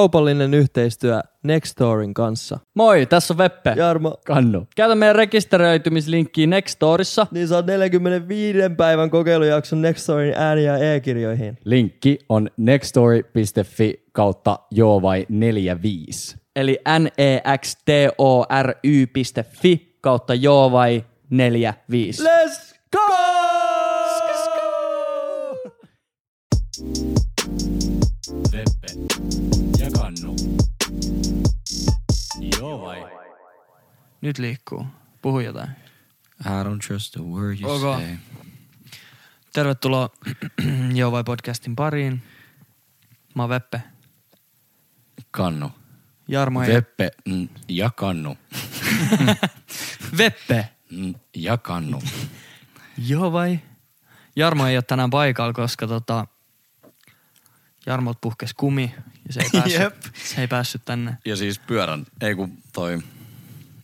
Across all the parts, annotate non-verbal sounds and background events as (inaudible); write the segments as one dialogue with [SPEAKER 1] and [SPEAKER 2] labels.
[SPEAKER 1] Kaupallinen yhteistyö Nextorin kanssa.
[SPEAKER 2] Moi, tässä on Veppe.
[SPEAKER 1] Jarmo,
[SPEAKER 3] Kannu.
[SPEAKER 2] Käytä meidän rekisteröitymislinkkiä Nextorissa.
[SPEAKER 1] niin saa 45 päivän kokeilujakson Nextorin ääni- ja e-kirjoihin.
[SPEAKER 3] Linkki on nextstory.fi kautta joo vai 45.
[SPEAKER 2] Eli E nextory.fi kautta joo vai 45.
[SPEAKER 1] Let's go!
[SPEAKER 3] Veppe ja Kannu. Joo vai?
[SPEAKER 2] Nyt liikkuu. Puhu jotain.
[SPEAKER 4] I don't trust a word you
[SPEAKER 2] Ok.
[SPEAKER 4] say.
[SPEAKER 2] Tervetuloa (clears throat) Joo vai podcastin pariin. Mä oon Veppe.
[SPEAKER 4] Kannu.
[SPEAKER 2] Jarmo ja
[SPEAKER 4] Veppe mm, ja Kannu.
[SPEAKER 2] Veppe.
[SPEAKER 4] Mm, ja Kannu.
[SPEAKER 2] Joo vai? Jarmo ei ole tänään paikalla, koska tota, Jarmot puhkes kumi ja se ei päässyt,
[SPEAKER 4] Jep.
[SPEAKER 2] se ei päässyt tänne.
[SPEAKER 4] ja siis pyörän, ei kun toi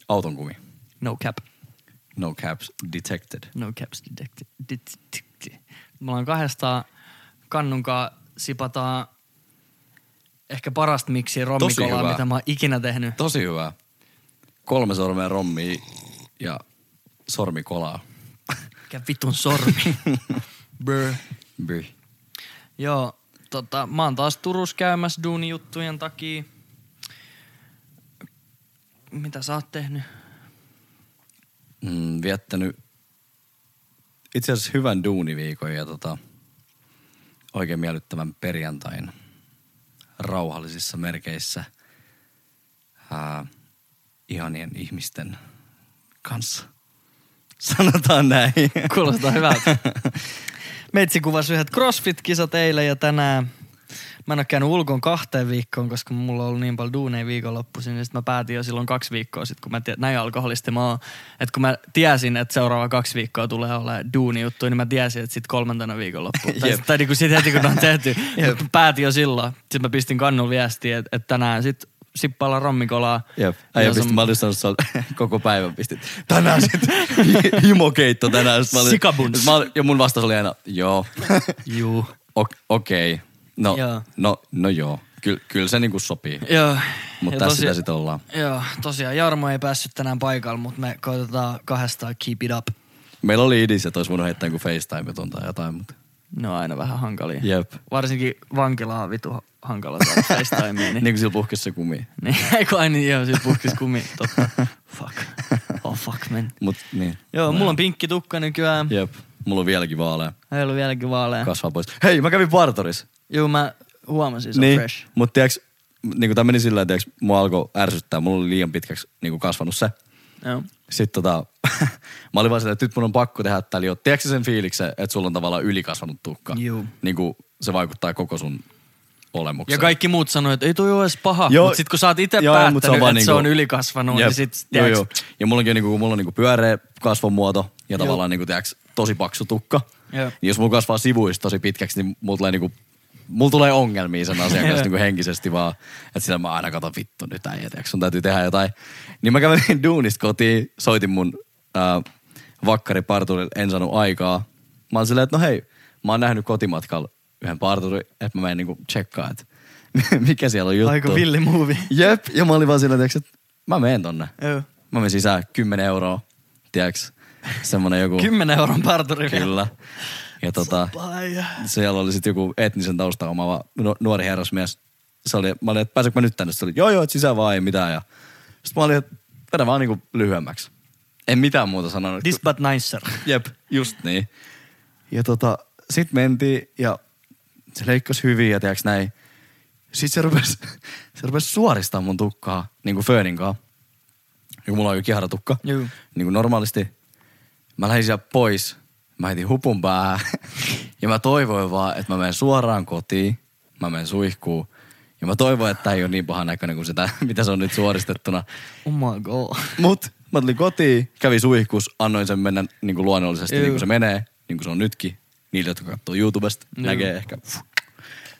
[SPEAKER 4] auton kumi.
[SPEAKER 2] No cap.
[SPEAKER 4] No caps detected.
[SPEAKER 2] No caps detected. detected. Me ollaan kahdestaan kannunkaan sipataan ehkä parasta miksi rommikolaa,
[SPEAKER 4] hyvää.
[SPEAKER 2] mitä mä oon ikinä tehnyt.
[SPEAKER 4] Tosi hyvä. Kolme sormea rommia ja sormi kolaa.
[SPEAKER 2] Mikä vitun
[SPEAKER 4] (laughs)
[SPEAKER 2] sormi. Brr.
[SPEAKER 4] Brr.
[SPEAKER 2] Joo, tota, mä oon taas Turussa käymässä duunijuttujen takia. Mitä sä oot tehnyt?
[SPEAKER 4] Mm, viettänyt itse asiassa hyvän duuniviikon ja tota, oikein miellyttävän perjantain rauhallisissa merkeissä ää, ihanien ihmisten kanssa. (laughs) Sanotaan näin.
[SPEAKER 2] Kuulostaa hyvältä. (laughs) Meitsi kuvasi yhdet CrossFit-kisat eilen ja tänään. Mä en ole käynyt ulkon kahteen viikkoon, koska mulla on ollut niin paljon duuneja viikonloppuisin. Ja sit mä päätin jo silloin kaksi viikkoa sitten, kun mä tiedän, näin alkoholisti mä oon. Että kun mä tiesin, että seuraava kaksi viikkoa tulee olemaan duunijuttuja, niin mä tiesin, että sitten kolmantena viikonloppuun. tai, tai niinku sit heti kun ne on tehty. Mä päätin jo silloin. Sitten mä pistin kannun viestiä, että, että tänään sitten sippailla rommikolaa.
[SPEAKER 4] Jep. (laughs) Äijä
[SPEAKER 2] Ja se on
[SPEAKER 4] pisti, mä olin sanonut, että sä oot- (laughs) koko päivän pistit. Tänään sit
[SPEAKER 2] (laughs)
[SPEAKER 4] hi- himokeitto tänään. Sit mä olin-
[SPEAKER 2] Sikabuns.
[SPEAKER 4] Mä olin- Ja mun vastaus oli aina, joo. (laughs)
[SPEAKER 2] Juu.
[SPEAKER 4] Ok- Okei. No,
[SPEAKER 2] Joo.
[SPEAKER 4] no, no joo. Kyllä kyl se niinku sopii.
[SPEAKER 2] Joo.
[SPEAKER 4] Mutta
[SPEAKER 2] Ja
[SPEAKER 4] tässä
[SPEAKER 2] tosi-
[SPEAKER 4] sitä sitten ollaan.
[SPEAKER 2] Joo, tosiaan Jarmo ei päässyt tänään paikalle, mutta me koitetaan kahdestaan keep it up.
[SPEAKER 4] Meillä oli idis, että olisi voinut heittää joku facetime tai jotain, mutta
[SPEAKER 2] Ne on aina vähän hankalia.
[SPEAKER 4] jep.
[SPEAKER 2] Varsinkin vankilaa on vitu ha- hankala (laughs) saada FaceTimeen.
[SPEAKER 4] Niin
[SPEAKER 2] Niin,
[SPEAKER 4] kuin sillä puhkesi se kumi.
[SPEAKER 2] niin, (laughs) ei kun aina joo, siis puhkis kumi, totta. Fuck. Oh fuck man.
[SPEAKER 4] Mut niin,
[SPEAKER 2] Joo, mulla on pinkki tukka nykyään.
[SPEAKER 4] jep. Mulla on vieläkin vaalea.
[SPEAKER 2] Ei ollut vieläkin vaalea.
[SPEAKER 4] Kasvaa pois. Hei, mä kävin partoris.
[SPEAKER 2] Joo, mä huomasin, se on
[SPEAKER 4] Niin,
[SPEAKER 2] fresh.
[SPEAKER 4] mut tiiäks, niinku tää meni sillä tavalla, tiiäks, mua alkoi ärsyttää. Mulla oli liian pitkäksi niinku kasvanut se.
[SPEAKER 2] Joo.
[SPEAKER 4] Sitten tota, (laughs) mä olin vaan silleen, että nyt mun on pakko tehdä täällä jo. Tiedätkö sen fiiliksen, että sulla on tavallaan ylikasvanut tukka?
[SPEAKER 2] Juu.
[SPEAKER 4] Niinku se vaikuttaa koko sun
[SPEAKER 2] Ja
[SPEAKER 4] olemukseen.
[SPEAKER 2] kaikki muut sanoi, että ei toi ole edes paha.
[SPEAKER 4] Joo.
[SPEAKER 2] Mutta sit kun sä oot itse
[SPEAKER 4] Joo,
[SPEAKER 2] päättänyt,
[SPEAKER 4] mut
[SPEAKER 2] että
[SPEAKER 4] se on vaan
[SPEAKER 2] se
[SPEAKER 4] niinku-
[SPEAKER 2] on ylikasvanut,
[SPEAKER 4] Jep.
[SPEAKER 2] niin sit
[SPEAKER 4] joo,
[SPEAKER 2] tiiäks,
[SPEAKER 4] joo. Ja mullakin on, niinku, mulla on niinku pyöreä kasvomuoto ja
[SPEAKER 2] Joo.
[SPEAKER 4] tavallaan niinku, tiiäks, tosi paksu tukka.
[SPEAKER 2] Joo.
[SPEAKER 4] Niin jos mulla kasvaa sivuista tosi pitkäksi, niin mulla tulee, niinku, mulla tulee ongelmia sen
[SPEAKER 2] (laughs)
[SPEAKER 4] asian kanssa niinku henkisesti vaan. Että sillä mä aina katon vittu nyt äijä, tiiäks, sun täytyy tehdä jotain. Niin mä kävelin (laughs) duunista kotiin, soitin mun äh, vakkariparturille, en saanut aikaa. Mä oon silleen, että no hei, mä oon nähnyt kotimatkalla yhden parturin, että mä menen niinku tsekkaan, että (laughs) mikä siellä on juttu.
[SPEAKER 2] aika villi movie.
[SPEAKER 4] Jep, ja mä olin vaan sillä, tiiäks, että mä menen tonne.
[SPEAKER 2] Joo.
[SPEAKER 4] Mä menin sisään 10 euroa, tiiäks, semmonen joku.
[SPEAKER 2] 10 euron parturi vielä.
[SPEAKER 4] Kyllä. Ja tota,
[SPEAKER 2] Ai.
[SPEAKER 4] siellä oli sitten joku etnisen taustan omaava nu- nuori herrasmies. Se oli, mä olin, että pääsenkö mä nyt tänne? Se oli, joo joo, et sisään vaan ei mitään. Ja sitten mä olin, että vedä vaan niinku lyhyemmäksi. En mitään muuta sanonut.
[SPEAKER 2] This but nicer.
[SPEAKER 4] Jep, just niin. Ja tota, sit mentiin ja se leikkasi hyvin ja tiiäks näin. Sitten se rupesi, se rupes (laughs) suoristamaan mun tukkaa, niin kuin Fönin kaa. Niin mulla on jo kiharatukka.
[SPEAKER 2] Juu.
[SPEAKER 4] Niin kuin normaalisti. Mä lähdin sieltä pois. Mä heitin hupun päähän. (laughs) Ja mä toivoin vaan, että mä menen suoraan kotiin. Mä menen suihkuun. Ja mä toivoin, että tää ei ole niin pahan näköinen kuin sitä, (laughs) mitä se on nyt suoristettuna.
[SPEAKER 2] Oh my god.
[SPEAKER 4] Mut mä tulin kotiin, kävin suihkus, annoin sen mennä niin kuin luonnollisesti, niin kuin se menee, niin kuin se on nytkin. Niille, jotka katsoo YouTubesta, näkee ehkä. Pff.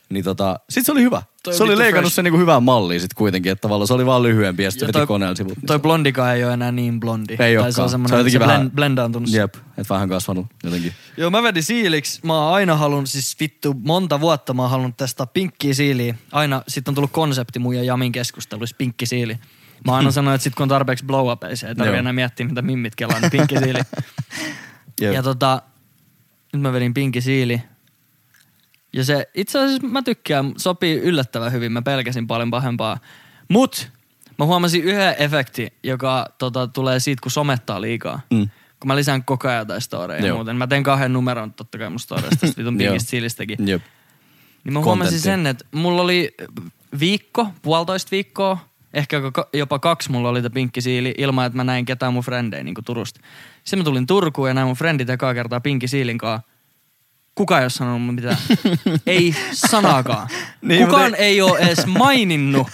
[SPEAKER 4] Niin tota, sit se oli hyvä.
[SPEAKER 2] Toi
[SPEAKER 4] se oli
[SPEAKER 2] vittu
[SPEAKER 4] leikannut
[SPEAKER 2] fresh.
[SPEAKER 4] sen niinku hyvään malliin sit kuitenkin, että tavallaan se oli vaan lyhyempi ja sitten se
[SPEAKER 2] toi,
[SPEAKER 4] veti koneella sivut. niin
[SPEAKER 2] toi
[SPEAKER 4] se-
[SPEAKER 2] blondikaan ei ole enää niin blondi.
[SPEAKER 4] Ei
[SPEAKER 2] Tai se
[SPEAKER 4] olekaan.
[SPEAKER 2] on
[SPEAKER 4] Se on
[SPEAKER 2] semmoinen, se,
[SPEAKER 4] jotenkin
[SPEAKER 2] se
[SPEAKER 4] vähän-
[SPEAKER 2] blen, blendaantunut.
[SPEAKER 4] Jep, et vähän kasvanut jotenkin.
[SPEAKER 2] Joo, mä vedin siiliksi. Mä oon aina halunnut, siis vittu monta vuotta mä oon halunnut testaa pinkkiä siiliä. Aina sit on tullut konsepti mun ja Jamin keskusteluissa, pinkki siili. Mä
[SPEAKER 4] (laughs)
[SPEAKER 2] aina sanoin, että sit kun on tarpeeksi blow upeissa, ei tarvitse
[SPEAKER 4] Joo.
[SPEAKER 2] enää miettiä, mitä mimmit kelaa, niin pinkki
[SPEAKER 4] (laughs)
[SPEAKER 2] siili.
[SPEAKER 4] Jep.
[SPEAKER 2] ja tota, nyt mä vedin pinkki siili. Ja se itse asiassa mä tykkään, sopii yllättävän hyvin. Mä pelkäsin paljon pahempaa. Mut mä huomasin yhden efekti, joka tota, tulee siitä, kun somettaa liikaa.
[SPEAKER 4] Mm.
[SPEAKER 2] Kun mä lisään koko ajan jotain storeja ja
[SPEAKER 4] Joo.
[SPEAKER 2] muuten. Mä teen kahden numeron totta kai mun storeista, tästä
[SPEAKER 4] (laughs)
[SPEAKER 2] vitun
[SPEAKER 4] Joo.
[SPEAKER 2] pinkistä siilistäkin.
[SPEAKER 4] Jep.
[SPEAKER 2] Niin mä huomasin
[SPEAKER 4] Contenttia.
[SPEAKER 2] sen, että mulla oli viikko, puolitoista viikkoa, ehkä ko- jopa kaksi mulla oli tätä pinkkisiili ilman, että mä näin ketään mun frendejä niin Turusta. Sitten mä tulin Turkuun ja näin mun frendit ekaa kertaa pinkkisiilin kanssa. Kukaan ei ole sanonut
[SPEAKER 4] (laughs)
[SPEAKER 2] mun mitään. ei sanakaan.
[SPEAKER 4] Niin,
[SPEAKER 2] niin,
[SPEAKER 4] mutta
[SPEAKER 2] Kukaan ei... ei ole edes
[SPEAKER 4] (laughs)
[SPEAKER 2] maininnut,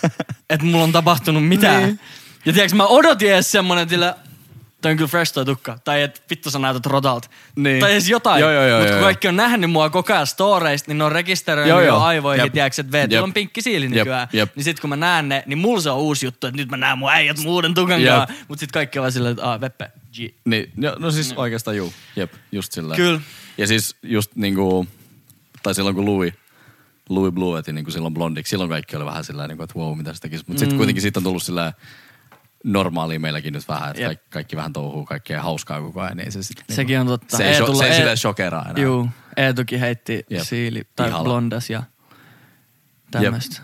[SPEAKER 2] että mulla on tapahtunut mitään. Niin. Ja tiedätkö, mä odotin edes semmonen, että toi on kyllä fresh toi tukka. Tai että vittu sä näytät rodalta.
[SPEAKER 4] Niin.
[SPEAKER 2] Tai edes jotain.
[SPEAKER 4] Joo, joo, joo,
[SPEAKER 2] Mutta
[SPEAKER 4] joo,
[SPEAKER 2] kun
[SPEAKER 4] joo.
[SPEAKER 2] kaikki on nähnyt mua koko ajan storeista, niin ne on rekisteröinyt
[SPEAKER 4] Joo,
[SPEAKER 2] joo,
[SPEAKER 4] joo.
[SPEAKER 2] joo. jo aivoihin,
[SPEAKER 4] Jep.
[SPEAKER 2] tiedätkö, että VT
[SPEAKER 4] Jep.
[SPEAKER 2] on pinkki siili
[SPEAKER 4] Jep.
[SPEAKER 2] nykyään.
[SPEAKER 4] Jep.
[SPEAKER 2] Niin sit kun mä näen ne, niin mulla se on uusi juttu, että nyt mä näen mun äijät mun uuden tukan
[SPEAKER 4] Jep.
[SPEAKER 2] kanssa. Mut sit kaikki on vaan silleen, että aah, Veppe, G.
[SPEAKER 4] Niin, jo, no siis no. oikeastaan juu. Jep, just sillä.
[SPEAKER 2] Kyllä.
[SPEAKER 4] Ja siis just niinku, tai silloin kun Louis, Louis Bluetti niinku silloin blondiksi, silloin kaikki oli vähän sillä niinku, että wow, mitä se tekisi. Mutta sitten
[SPEAKER 2] Mm.
[SPEAKER 4] kuitenkin siitä on tullut sillä normaalia meilläkin nyt vähän, että
[SPEAKER 2] Jep.
[SPEAKER 4] kaikki, kaikki vähän touhuu kaikkea hauskaa koko ajan. Ei se sit, niinku,
[SPEAKER 2] Sekin on totta.
[SPEAKER 4] Se ei,
[SPEAKER 2] Ei
[SPEAKER 4] ei,
[SPEAKER 2] tulla-
[SPEAKER 4] se ei
[SPEAKER 2] ei-
[SPEAKER 4] silleen shokeraa enää.
[SPEAKER 2] Juu, Eetukin heitti
[SPEAKER 4] Jep.
[SPEAKER 2] siili tai
[SPEAKER 4] Pihalla.
[SPEAKER 2] blondas ja tämmöistä.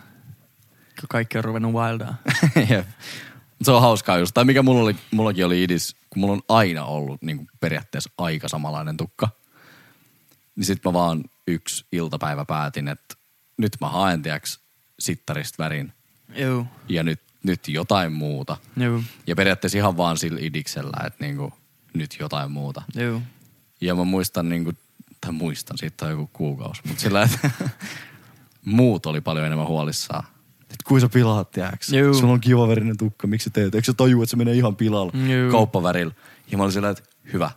[SPEAKER 2] Kaikki on ruvennut
[SPEAKER 4] (laughs)
[SPEAKER 2] wildaa.
[SPEAKER 4] Jep. Mut se on hauskaa just. Tai mikä mulla oli, mullakin oli idis, kun mulla on aina ollut niin kuin periaatteessa aika samanlainen tukka. Niin sit mä vaan yksi iltapäivä päätin, että nyt mä haen tiiäks sittarista värin
[SPEAKER 2] Juu,
[SPEAKER 4] ja nyt, nyt jotain muuta.
[SPEAKER 2] juu,
[SPEAKER 4] Ja periaatteessa ihan vaan sillä idiksellä, että niin kuin, nyt jotain muuta.
[SPEAKER 2] juu.
[SPEAKER 4] Ja mä muistan niin kuin, tai muistan, siitä on joku kuukausi, mutta sillä, että (laughs) muut oli paljon enemmän huolissaan. Että kuin sä pilaat, tiiäks?
[SPEAKER 2] Juu.
[SPEAKER 4] Sulla on kivavärinen tukka, miksi sä teet? Eikö sä tajua, että se menee ihan pilalle
[SPEAKER 2] Juu.
[SPEAKER 4] kauppavärillä? Ja mä olin sillä, että hyvä.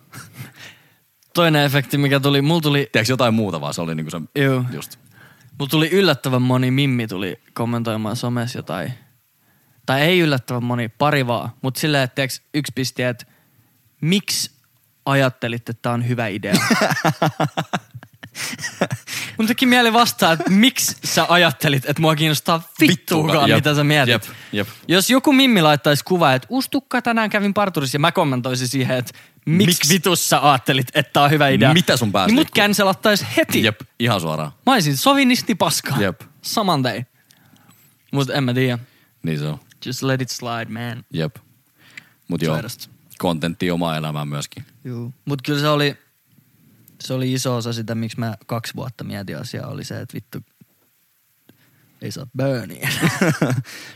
[SPEAKER 2] Toinen efekti, mikä tuli, mulla tuli
[SPEAKER 4] Tiedätkö jotain muuta vaan, se oli niinku se
[SPEAKER 2] Juu.
[SPEAKER 4] just.
[SPEAKER 2] Mulla tuli yllättävän moni mimmi tuli kommentoimaan somessa jotain. Tai ei yllättävän moni, pari vaan. Mutta sillä että tiiäks, yksi pisti, että miksi ajattelitte, että tämä on hyvä
[SPEAKER 4] (laughs)
[SPEAKER 2] idea? Mun teki mieli vastaa, että miksi sä ajattelit, että mua kiinnostaa vittuukaan,
[SPEAKER 4] Jep,
[SPEAKER 2] mitä sä mietit.
[SPEAKER 4] jep, jep.
[SPEAKER 2] Jos joku mimmi laittaisi kuvaa, että ustukka tänään kävin parturissa ja mä kommentoisin siihen, että miksi Miks? vitussa ajattelit, että tää on hyvä idea.
[SPEAKER 4] Mitä sun päässä
[SPEAKER 2] Niin mut
[SPEAKER 4] liikkuu?
[SPEAKER 2] cancelattaisi heti.
[SPEAKER 4] Jep, ihan suoraan.
[SPEAKER 2] Mä olisin sovinisti paska.
[SPEAKER 4] Jep.
[SPEAKER 2] Saman tein. Mut en mä tiedä.
[SPEAKER 4] Niin se on.
[SPEAKER 2] Just let it slide, man.
[SPEAKER 4] Jep. Mut joo,
[SPEAKER 2] Sairasta.
[SPEAKER 4] kontentti omaa elämään myöskin.
[SPEAKER 2] Juu. Mut kyllä se oli, se oli iso osa sitä, miksi mä kaksi vuotta mietin asiaa, oli se, että vittu, ei saa
[SPEAKER 4] (laughs)
[SPEAKER 2] burnia.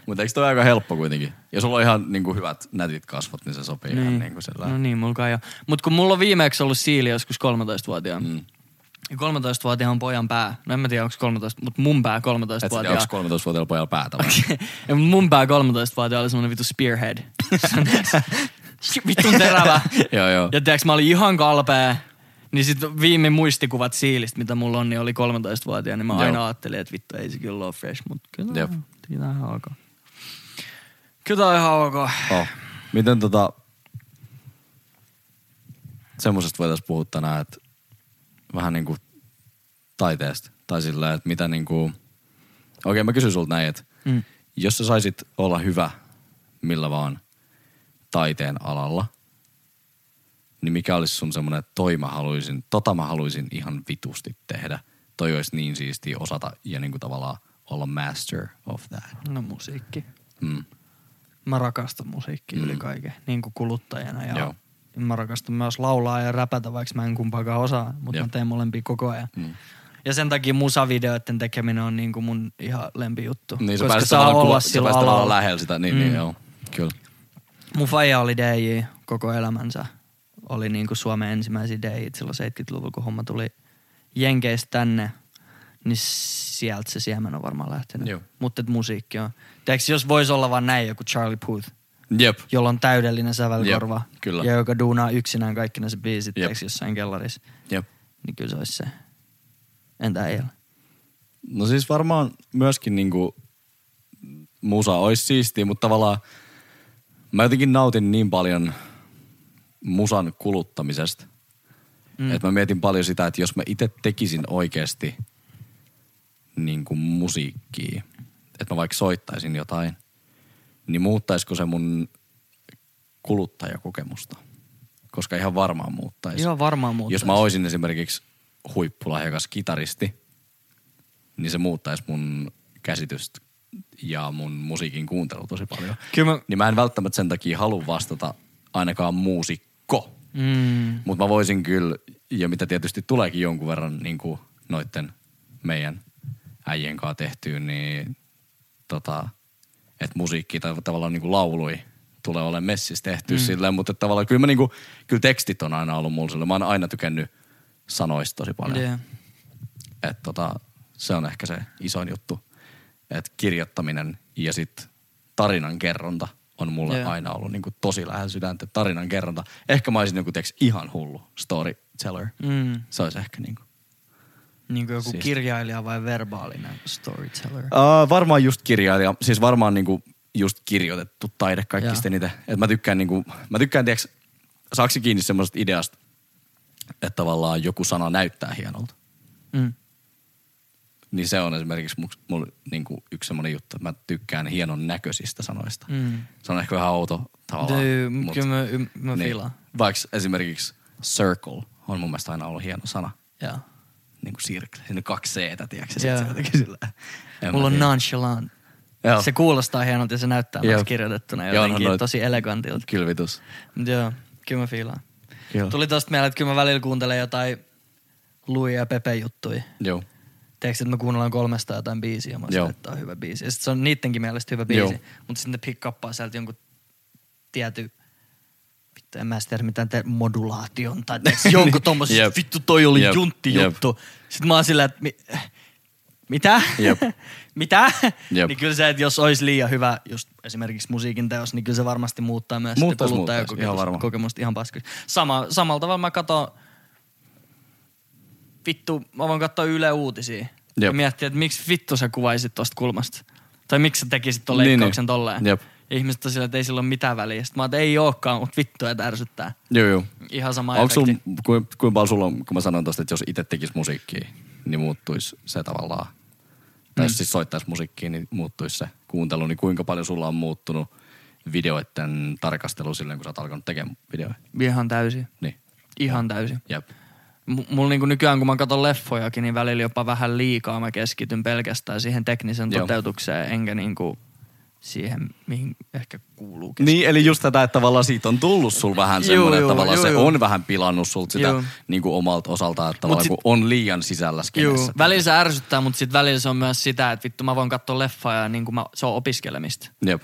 [SPEAKER 4] Mutta eikö toi aika helppo kuitenkin? Jos sulla on ihan niinku hyvät nätit kasvot, niin se sopii niin. ihan niinku sillä.
[SPEAKER 2] No niin, mulla ei ole. Mut kun mulla on viimeksi ollut siili joskus 13-vuotiaan. Mm. 13-vuotiaan pojan pää. No en mä tiedä, onko 13, mutta mun pää
[SPEAKER 4] Et sä tiedä,
[SPEAKER 2] 13-vuotiaan.
[SPEAKER 4] onko 13-vuotiaalla pojalla päätä (laughs) vai?
[SPEAKER 2] (laughs) Ja mun pää 13-vuotiaana oli semmonen vittu
[SPEAKER 4] (laughs)
[SPEAKER 2] spearhead. (laughs) Vittun terävä.
[SPEAKER 4] Joo, joo.
[SPEAKER 2] Ja tiiäks, mä olin ihan kalpea. Niin sit viime muistikuvat siilistä, mitä mulla on, niin oli 13-vuotiaana. Niin mä
[SPEAKER 4] Joo.
[SPEAKER 2] aina ajattelin, että vittu ei se kyllä ole fresh, mutta kyllä tää
[SPEAKER 4] Jep.
[SPEAKER 2] on- kyllä tää on ihan ok. Kyllä tää on ihan ok.
[SPEAKER 4] Oh. Miten tota... Semmoisesta voitaisiin puhua tänään, että vähän niinku taiteesta. Tai sillä, että mitä niinku... Okei, mä kysyn sulta näin, että mm. jos sä saisit olla hyvä millä vaan taiteen alalla, niin mikä olisi sun semmoinen, että toi mä haluaisin, tota mä haluaisin ihan vitusti tehdä. Toi olisi niin siistiä osata ja niinku tavallaan olla master of that.
[SPEAKER 2] No musiikki.
[SPEAKER 4] Mm.
[SPEAKER 2] Mä rakastan musiikkia mm. yli kaiken, niin kuin kuluttajana. Ja
[SPEAKER 4] Joo.
[SPEAKER 2] Joo. Mä rakastan myös laulaa ja räpätä, vaikka mä en kumpaakaan osaa, mutta
[SPEAKER 4] Jep.
[SPEAKER 2] mä teen molempia koko ajan. Mm. Ja sen takia musavideoiden tekeminen on niin kuin mun ihan lempijuttu.
[SPEAKER 4] Niin sä
[SPEAKER 2] koska
[SPEAKER 4] pääset
[SPEAKER 2] saa
[SPEAKER 4] tavallaan,
[SPEAKER 2] olla
[SPEAKER 4] kulo- sä
[SPEAKER 2] sillä
[SPEAKER 4] pääset tavallaan
[SPEAKER 2] alalla.
[SPEAKER 4] lähellä sitä, niin, mm. niin joo, kyllä.
[SPEAKER 2] Mun faija oli DJ koko elämänsä. Oli niin kuin Suomen ensimmäisiä DJ silloin 70-luvulla, kun homma tuli Jenkeistä tänne. Niin sieltä se siemen on varmaan
[SPEAKER 4] Joo.
[SPEAKER 2] lähtenyt. Mutta musiikki on. Tiedätkö, jos voisi olla vaan näin joku Charlie Puth,
[SPEAKER 4] Jep,
[SPEAKER 2] jolla on täydellinen sävelkorva.
[SPEAKER 4] Jep, kyllä.
[SPEAKER 2] Ja joka duunaa yksinään kaikki ne se biisit
[SPEAKER 4] Jep.
[SPEAKER 2] tiiäks, jossain kellarissa.
[SPEAKER 4] jep.
[SPEAKER 2] Niin kyllä se olisi se. Entä ei ole?
[SPEAKER 4] No siis varmaan myöskin niinku musa olisi siistiä, mutta tavallaan mä jotenkin nautin niin paljon musan kuluttamisesta, mm. että mä mietin paljon sitä, että jos mä itse tekisin oikeasti niinku musiikkia, että mä vaikka soittaisin jotain, niin muuttaisiko se mun kuluttajakokemusta? Koska ihan varmaan muuttaisi.
[SPEAKER 2] Ihan varmaan muuttaisi.
[SPEAKER 4] Jos mä olisin esimerkiksi huippulahjakas kitaristi, niin se muuttaisi mun käsitystä ja mun musiikin kuuntelu tosi paljon.
[SPEAKER 2] Kyllä mä,
[SPEAKER 4] Niin mä en välttämättä sen takia halua vastata ainakaan muusikko.
[SPEAKER 2] mm,
[SPEAKER 4] Mutta mä voisin kyllä, ja mitä tietysti tuleekin jonkun verran niin kuin noitten meidän äijien kanssa tehtyä, niin tota, että musiikki tai tavallaan niin kuin laului tulee olemaan messissä tehty mm. silleen, mutta et tavallaan kyllä, mä niin kuin, kyllä tekstit on aina ollut mulla silleen. Mä oon aina tykännyt sanoista tosi paljon.
[SPEAKER 2] yeah.
[SPEAKER 4] Et tota, se on ehkä se isoin juttu, että kirjoittaminen ja sitten tarinan kerronta on mulle
[SPEAKER 2] Joo.
[SPEAKER 4] yeah. aina ollut niinku tosi lähellä sydäntä. Tarinan kerronta. Ehkä mä olisin joku teks ihan hullu storyteller.
[SPEAKER 2] Mm.
[SPEAKER 4] Se olisi ehkä niinku.
[SPEAKER 2] Niin kuin joku
[SPEAKER 4] Siis-
[SPEAKER 2] kirjailija vai verbaalinen storyteller.
[SPEAKER 4] Ää, varmaan just kirjailija, siis varmaan niinku just kirjoitettu taide
[SPEAKER 2] Joo.
[SPEAKER 4] kaikista niitä. Et mä tykkään niinku, mä tykkään tiiäks, saaksi kiinni semmoisesta ideasta, että tavallaan joku sana näyttää hienolta.
[SPEAKER 2] Mm.
[SPEAKER 4] Niin se on esimerkiksi mulla mul, niinku yksi semmoinen juttu, että mä tykkään hienon näköisistä sanoista.
[SPEAKER 2] Mm.
[SPEAKER 4] Se on ehkä vähän outo tavallaan.
[SPEAKER 2] Tyy,
[SPEAKER 4] mut-
[SPEAKER 2] kyllä mä, ym- mä
[SPEAKER 4] niin.
[SPEAKER 2] filaan.
[SPEAKER 4] Vaikka esimerkiksi circle on mun mielestä aina ollut hieno sana.
[SPEAKER 2] Joo.
[SPEAKER 4] Niin kuin sirkle. Siinä on kaksi C-tä, tiedätkö?
[SPEAKER 2] Joo.
[SPEAKER 4] Yeah. Sitten Siis jotenkin sillä. En
[SPEAKER 2] Mulla
[SPEAKER 4] mä
[SPEAKER 2] on
[SPEAKER 4] tiedä.
[SPEAKER 2] nonchalant.
[SPEAKER 4] Joo.
[SPEAKER 2] Se kuulostaa hienolta ja se näyttää
[SPEAKER 4] Joo.
[SPEAKER 2] myös kirjoitettuna
[SPEAKER 4] Joo, no
[SPEAKER 2] jotenkin
[SPEAKER 4] onhan noit-
[SPEAKER 2] tosi elegantilta.
[SPEAKER 4] Kyllä vitus.
[SPEAKER 2] Mut Joo, kyllä mä fiilaan.
[SPEAKER 4] Joo.
[SPEAKER 2] Tuli tosta mieleen, että kyllä mä välillä kuuntelen jotain Lui ja Pepe juttuja.
[SPEAKER 4] Joo.
[SPEAKER 2] Tiedätkö, että me kuunnellaan kolmesta jotain biisiä, mä
[SPEAKER 4] Joo.
[SPEAKER 2] sanoin, että tää on hyvä biisi. Ja sit se on niittenkin mielestä hyvä
[SPEAKER 4] Joo.
[SPEAKER 2] biisi, mutta sitten ne pikkappaa sieltä jonkun tietyn vittu, en mä edes tiedä mitään te- modulaation
[SPEAKER 4] (laughs)
[SPEAKER 2] tai tiedätkö, jonkun tommosen,
[SPEAKER 4] Jep.
[SPEAKER 2] vittu toi oli
[SPEAKER 4] Jep.
[SPEAKER 2] juntti
[SPEAKER 4] Jep.
[SPEAKER 2] juttu. Sitten mä oon sillä, että mi- mitä?
[SPEAKER 4] Jep.
[SPEAKER 2] (laughs) mitä?
[SPEAKER 4] Jep.
[SPEAKER 2] Niin kyllä se, että jos olisi liian hyvä just esimerkiksi musiikin teos, niin kyllä se varmasti muuttaa myös
[SPEAKER 4] Muuttaisi,
[SPEAKER 2] kuluttaa ja
[SPEAKER 4] muuttaisi, ihan varmaan.
[SPEAKER 2] kokemusta ihan paskaksi. Sama, samalla tavalla mä katson vittu, mä voin katsoa Yle Uutisia ja
[SPEAKER 4] Jep.
[SPEAKER 2] miettiä, että miksi vittu sä kuvaisit tuosta kulmasta. Tai miksi sä tekisit tuon
[SPEAKER 4] Niin,
[SPEAKER 2] leikkauksen
[SPEAKER 4] niin.
[SPEAKER 2] tolleen.
[SPEAKER 4] Jep.
[SPEAKER 2] Ja ihmiset on sillä, että ei sillä ole mitään väliä. Sitten mä oon, että ei ookaan, mutta vittu ei ärsyttää.
[SPEAKER 4] Joo, joo.
[SPEAKER 2] Ihan sama
[SPEAKER 4] Onko sun,
[SPEAKER 2] efekti.
[SPEAKER 4] kuin, kuinka paljon sulla on, kun mä sanoin tosta, että jos itse tekisi musiikkia, niin muuttuisi se tavallaan, tai jos siis soittaisi musiikkia, niin muuttuisi se kuuntelu, niin kuinka paljon sulla on muuttunut videoiden tarkastelu silleen, kun sä oot alkanut tekemään videoita?
[SPEAKER 2] Ihan täysin.
[SPEAKER 4] Niin,
[SPEAKER 2] Ihan täysin.
[SPEAKER 4] jep.
[SPEAKER 2] M- mulla niinku nykyään, kun mä katson leffojakin, niin välillä jopa vähän liikaa mä keskityn pelkästään siihen teknisen
[SPEAKER 4] Joo.
[SPEAKER 2] toteutukseen, enkä niinku siihen, mihin ehkä kuuluu
[SPEAKER 4] Niin, eli just tätä, että tavallaan siitä on tullut sul vähän semmoinen,
[SPEAKER 2] Juu,
[SPEAKER 4] että
[SPEAKER 2] juu,
[SPEAKER 4] tavallaan
[SPEAKER 2] juu,
[SPEAKER 4] se
[SPEAKER 2] juu.
[SPEAKER 4] on vähän pilannut sulta sitä
[SPEAKER 2] Juu.
[SPEAKER 4] niin kuin omalta osaltaan, että tavallaan
[SPEAKER 2] sit-
[SPEAKER 4] kun on liian sisällä skenessä.
[SPEAKER 2] Joo, välillä se ärsyttää, mutta sitten välillä se on myös sitä, että vittu mä voin katsoa leffaa ja niin kuin mä, se on opiskelemista.
[SPEAKER 4] Jep.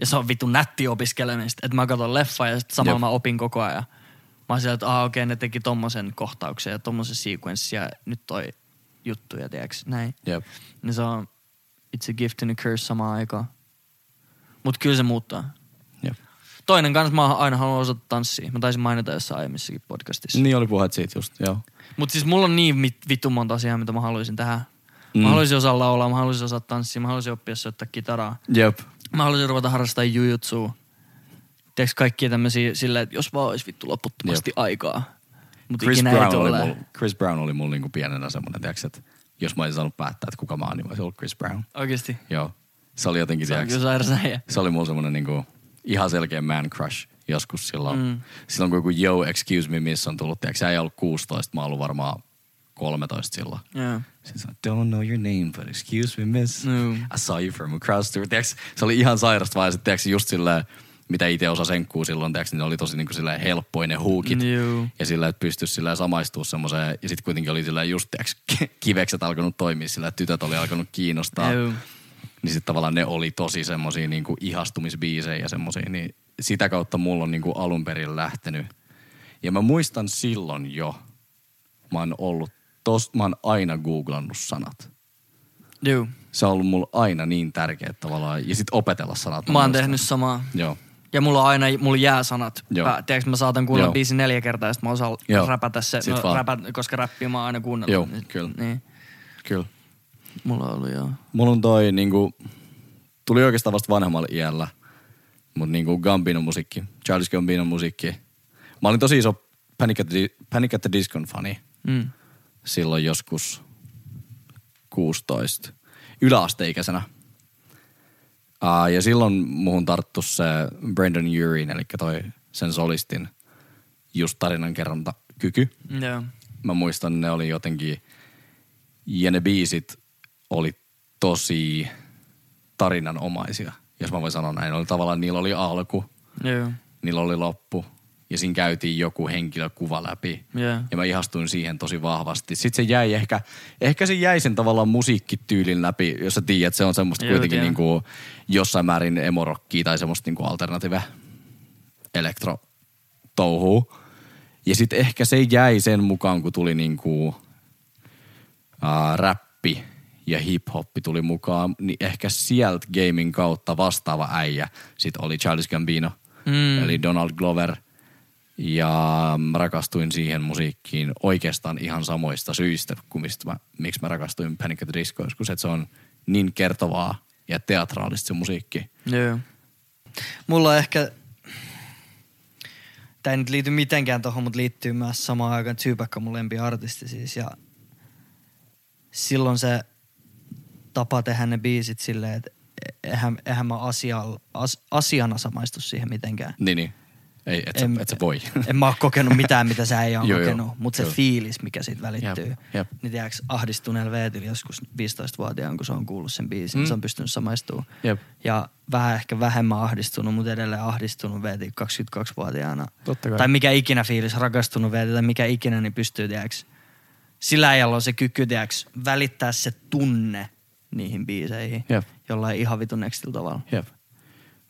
[SPEAKER 2] Ja se on vittu nätti opiskelemista, että mä katson leffaa ja sitten samalla
[SPEAKER 4] Jep.
[SPEAKER 2] mä opin koko ajan. Mä oon sillä, että aah, okei, ne teki tommosen kohtauksen ja tommosen sequenssin ja nyt toi juttu ja tiiäks, näin.
[SPEAKER 4] Jep.
[SPEAKER 2] Niin se on, it's a gift and a curse samaan aikaan. Mut kyllä se muuttaa.
[SPEAKER 4] Jep.
[SPEAKER 2] Toinen kans mä oon aina haluan osata tanssia. Mä taisin mainita jossain aiemmissakin podcastissa.
[SPEAKER 4] Niin oli puhet siitä just, joo.
[SPEAKER 2] Mutta siis mulla on niin mit, vittu monta asiaa, mitä mä haluaisin tehdä. Mä
[SPEAKER 4] Mm.
[SPEAKER 2] haluaisin osata laulaa, mä haluaisin osata tanssia, mä haluaisin oppia soittaa kitaraa.
[SPEAKER 4] Jep.
[SPEAKER 2] Mä haluaisin ruveta harrastamaan jujutsua. Tiedätkö kaikkia tämmöisiä sillä, että jos vaan olisi vittu loputtomasti Jep. aikaa. Mutta
[SPEAKER 4] Chris
[SPEAKER 2] ikinä ei
[SPEAKER 4] Brown, oli
[SPEAKER 2] tule.
[SPEAKER 4] mulla, Chris Brown oli mulla niinku pienenä semmoinen, tiiäks, että jos mä olisin saanut päättää, että kuka mä oon, niin mä olisin ollut Chris Brown.
[SPEAKER 2] Oikeesti.
[SPEAKER 4] Joo. Se oli jotenkin,
[SPEAKER 2] Se on
[SPEAKER 4] tiiäks,
[SPEAKER 2] kyllä sairas äijä.
[SPEAKER 4] se oli mulla semmoinen niinku, ihan selkeä man crush joskus silloin. Mm. Silloin kun joku Yo, excuse me, missä on tullut, tiiäks, sä ei ollut 16, mä oon ollut varmaan 13 silloin.
[SPEAKER 2] Joo.
[SPEAKER 4] Sitten sanoi, don't know your name, but excuse me, miss.
[SPEAKER 2] No.
[SPEAKER 4] I saw you from across the... Tiiäks, se oli ihan sairasta vaan, ja sitten tiiäks, just silleen, mitä itse osa senkkuu silloin, tiiäks, niin ne oli tosi niinku silleen helppoja ne huukit.
[SPEAKER 2] Juu.
[SPEAKER 4] Ja sillä, että pystyisi sillä samaistua semmoiseen. Ja sitten kuitenkin oli sillä just, tiiäks, kivekset alkanut toimia, sillä että tytöt oli alkanut kiinnostaa.
[SPEAKER 2] Juu.
[SPEAKER 4] Niin sitten tavallaan ne oli tosi semmoisia niinku ihastumisbiisejä ja semmoisia. Niin sitä kautta mulla on niinku alun perin lähtenyt. Ja mä muistan silloin jo, mä oon ollut tos, mä oon aina googlannut sanat
[SPEAKER 2] Juu.
[SPEAKER 4] se on ollut mulla aina niin tärkeä tavallaan. Ja sit opetella sanat.
[SPEAKER 2] Mä oon
[SPEAKER 4] muistan.
[SPEAKER 2] tehnyt samaa.
[SPEAKER 4] Joo.
[SPEAKER 2] Ja mulla on aina, mulla jää sanat.
[SPEAKER 4] Joo.
[SPEAKER 2] Mä, tiedätkö, mä saatan kuulla
[SPEAKER 4] Joo.
[SPEAKER 2] biisin neljä kertaa, ja sit mä osaan
[SPEAKER 4] Joo.
[SPEAKER 2] räpätä se.
[SPEAKER 4] Sit
[SPEAKER 2] No,
[SPEAKER 4] vaan.
[SPEAKER 2] räpä, koska räppiä mä oon aina kuunnellut.
[SPEAKER 4] Joo,
[SPEAKER 2] Niin-
[SPEAKER 4] kyllä.
[SPEAKER 2] Niin.
[SPEAKER 4] Kyllä.
[SPEAKER 2] Mulla oli joo.
[SPEAKER 4] Mulla on toi niinku, tuli oikeastaan vasta vanhemmalla iällä, mutta niinku Gambino musiikki, Charles Gambino musiikki. Mä olin tosi iso Panic at the, Di- Panic at the Discon fani
[SPEAKER 2] Mm.
[SPEAKER 4] silloin joskus 16 yläasteikäisenä. Aa, ja silloin muhun tarttu se Brandon Urin, eli toi sen solistin just tarinankerronta kyky
[SPEAKER 2] Joo.
[SPEAKER 4] mä muistan, ne oli jotenkin, ja ne biisit oli tosi tarinanomaisia, jos mä voin sanoa näin. Oli tavallaan, niillä oli alku,
[SPEAKER 2] Joo.
[SPEAKER 4] niillä oli loppu, ja siinä käytiin joku henkilökuva läpi.
[SPEAKER 2] Joo.
[SPEAKER 4] Ja mä ihastuin siihen tosi vahvasti. Sitten se jäi ehkä, ehkä se jäi sen tavallaan musiikkityylin läpi, jos sä tiedät, se on semmoista
[SPEAKER 2] Joo,
[SPEAKER 4] kuitenkin
[SPEAKER 2] tiedän.
[SPEAKER 4] niin kuin jossain määrin emorokkia tai semmoista niin kuin alternative elektro touhuu. Ja sitten ehkä se jäi sen mukaan, kun tuli niin kuin, ää, räppi ja hiphoppi tuli mukaan, niin ehkä sieltä gaming kautta vastaava äijä sit oli Charles Gambino,
[SPEAKER 2] Mm.
[SPEAKER 4] eli Donald Glover. Ja mä rakastuin siihen musiikkiin oikeastaan ihan samoista syistä, kuin mistä mä, miksi mä rakastuin Panic! at the Disco joskus, että se on niin kertovaa ja teatraalista se musiikki.
[SPEAKER 2] Joo. Mulla on ehkä, tämä ei nyt liity mitenkään tuohon, mutta liittyy myös samaan aikaan Tsyypäkkä mun lempiartisti siis. Ja silloin se tapa tehdä ne biisit silleen, että e-, eihän, eihän mä asialla, as, asiana samaistu siihen mitenkään.
[SPEAKER 4] Niin, niin. Ei, et sä,
[SPEAKER 2] En-
[SPEAKER 4] et sä voi.
[SPEAKER 2] En mä oo kokenut mitään, mitä sä ei
[SPEAKER 4] (laughs)
[SPEAKER 2] oo
[SPEAKER 4] Joo, joo.
[SPEAKER 2] kokenut, mutta se
[SPEAKER 4] Joo.
[SPEAKER 2] fiilis, mikä siitä välittyy.
[SPEAKER 4] Jep, jep.
[SPEAKER 2] Niin tiedäks, ahdistuneella veetillä joskus 15-vuotiaan, kun se on kuullut sen biisin, mm. se on pystynyt samaistumaan.
[SPEAKER 4] Jep.
[SPEAKER 2] Ja vähän ehkä vähemmän ahdistunut, mutta edelleen ahdistunut veeti 22-vuotiaana.
[SPEAKER 4] Totta kai.
[SPEAKER 2] Tai mikä ikinä fiilis, rakastunut veeti tai mikä ikinä, niin pystyy, tiedäks, sillä ajalla on se kyky, tiedäks, välittää se tunne niihin biiseihin.
[SPEAKER 4] Jep.
[SPEAKER 2] Jollain ihan vitun nextillä tavalla.
[SPEAKER 4] Jep.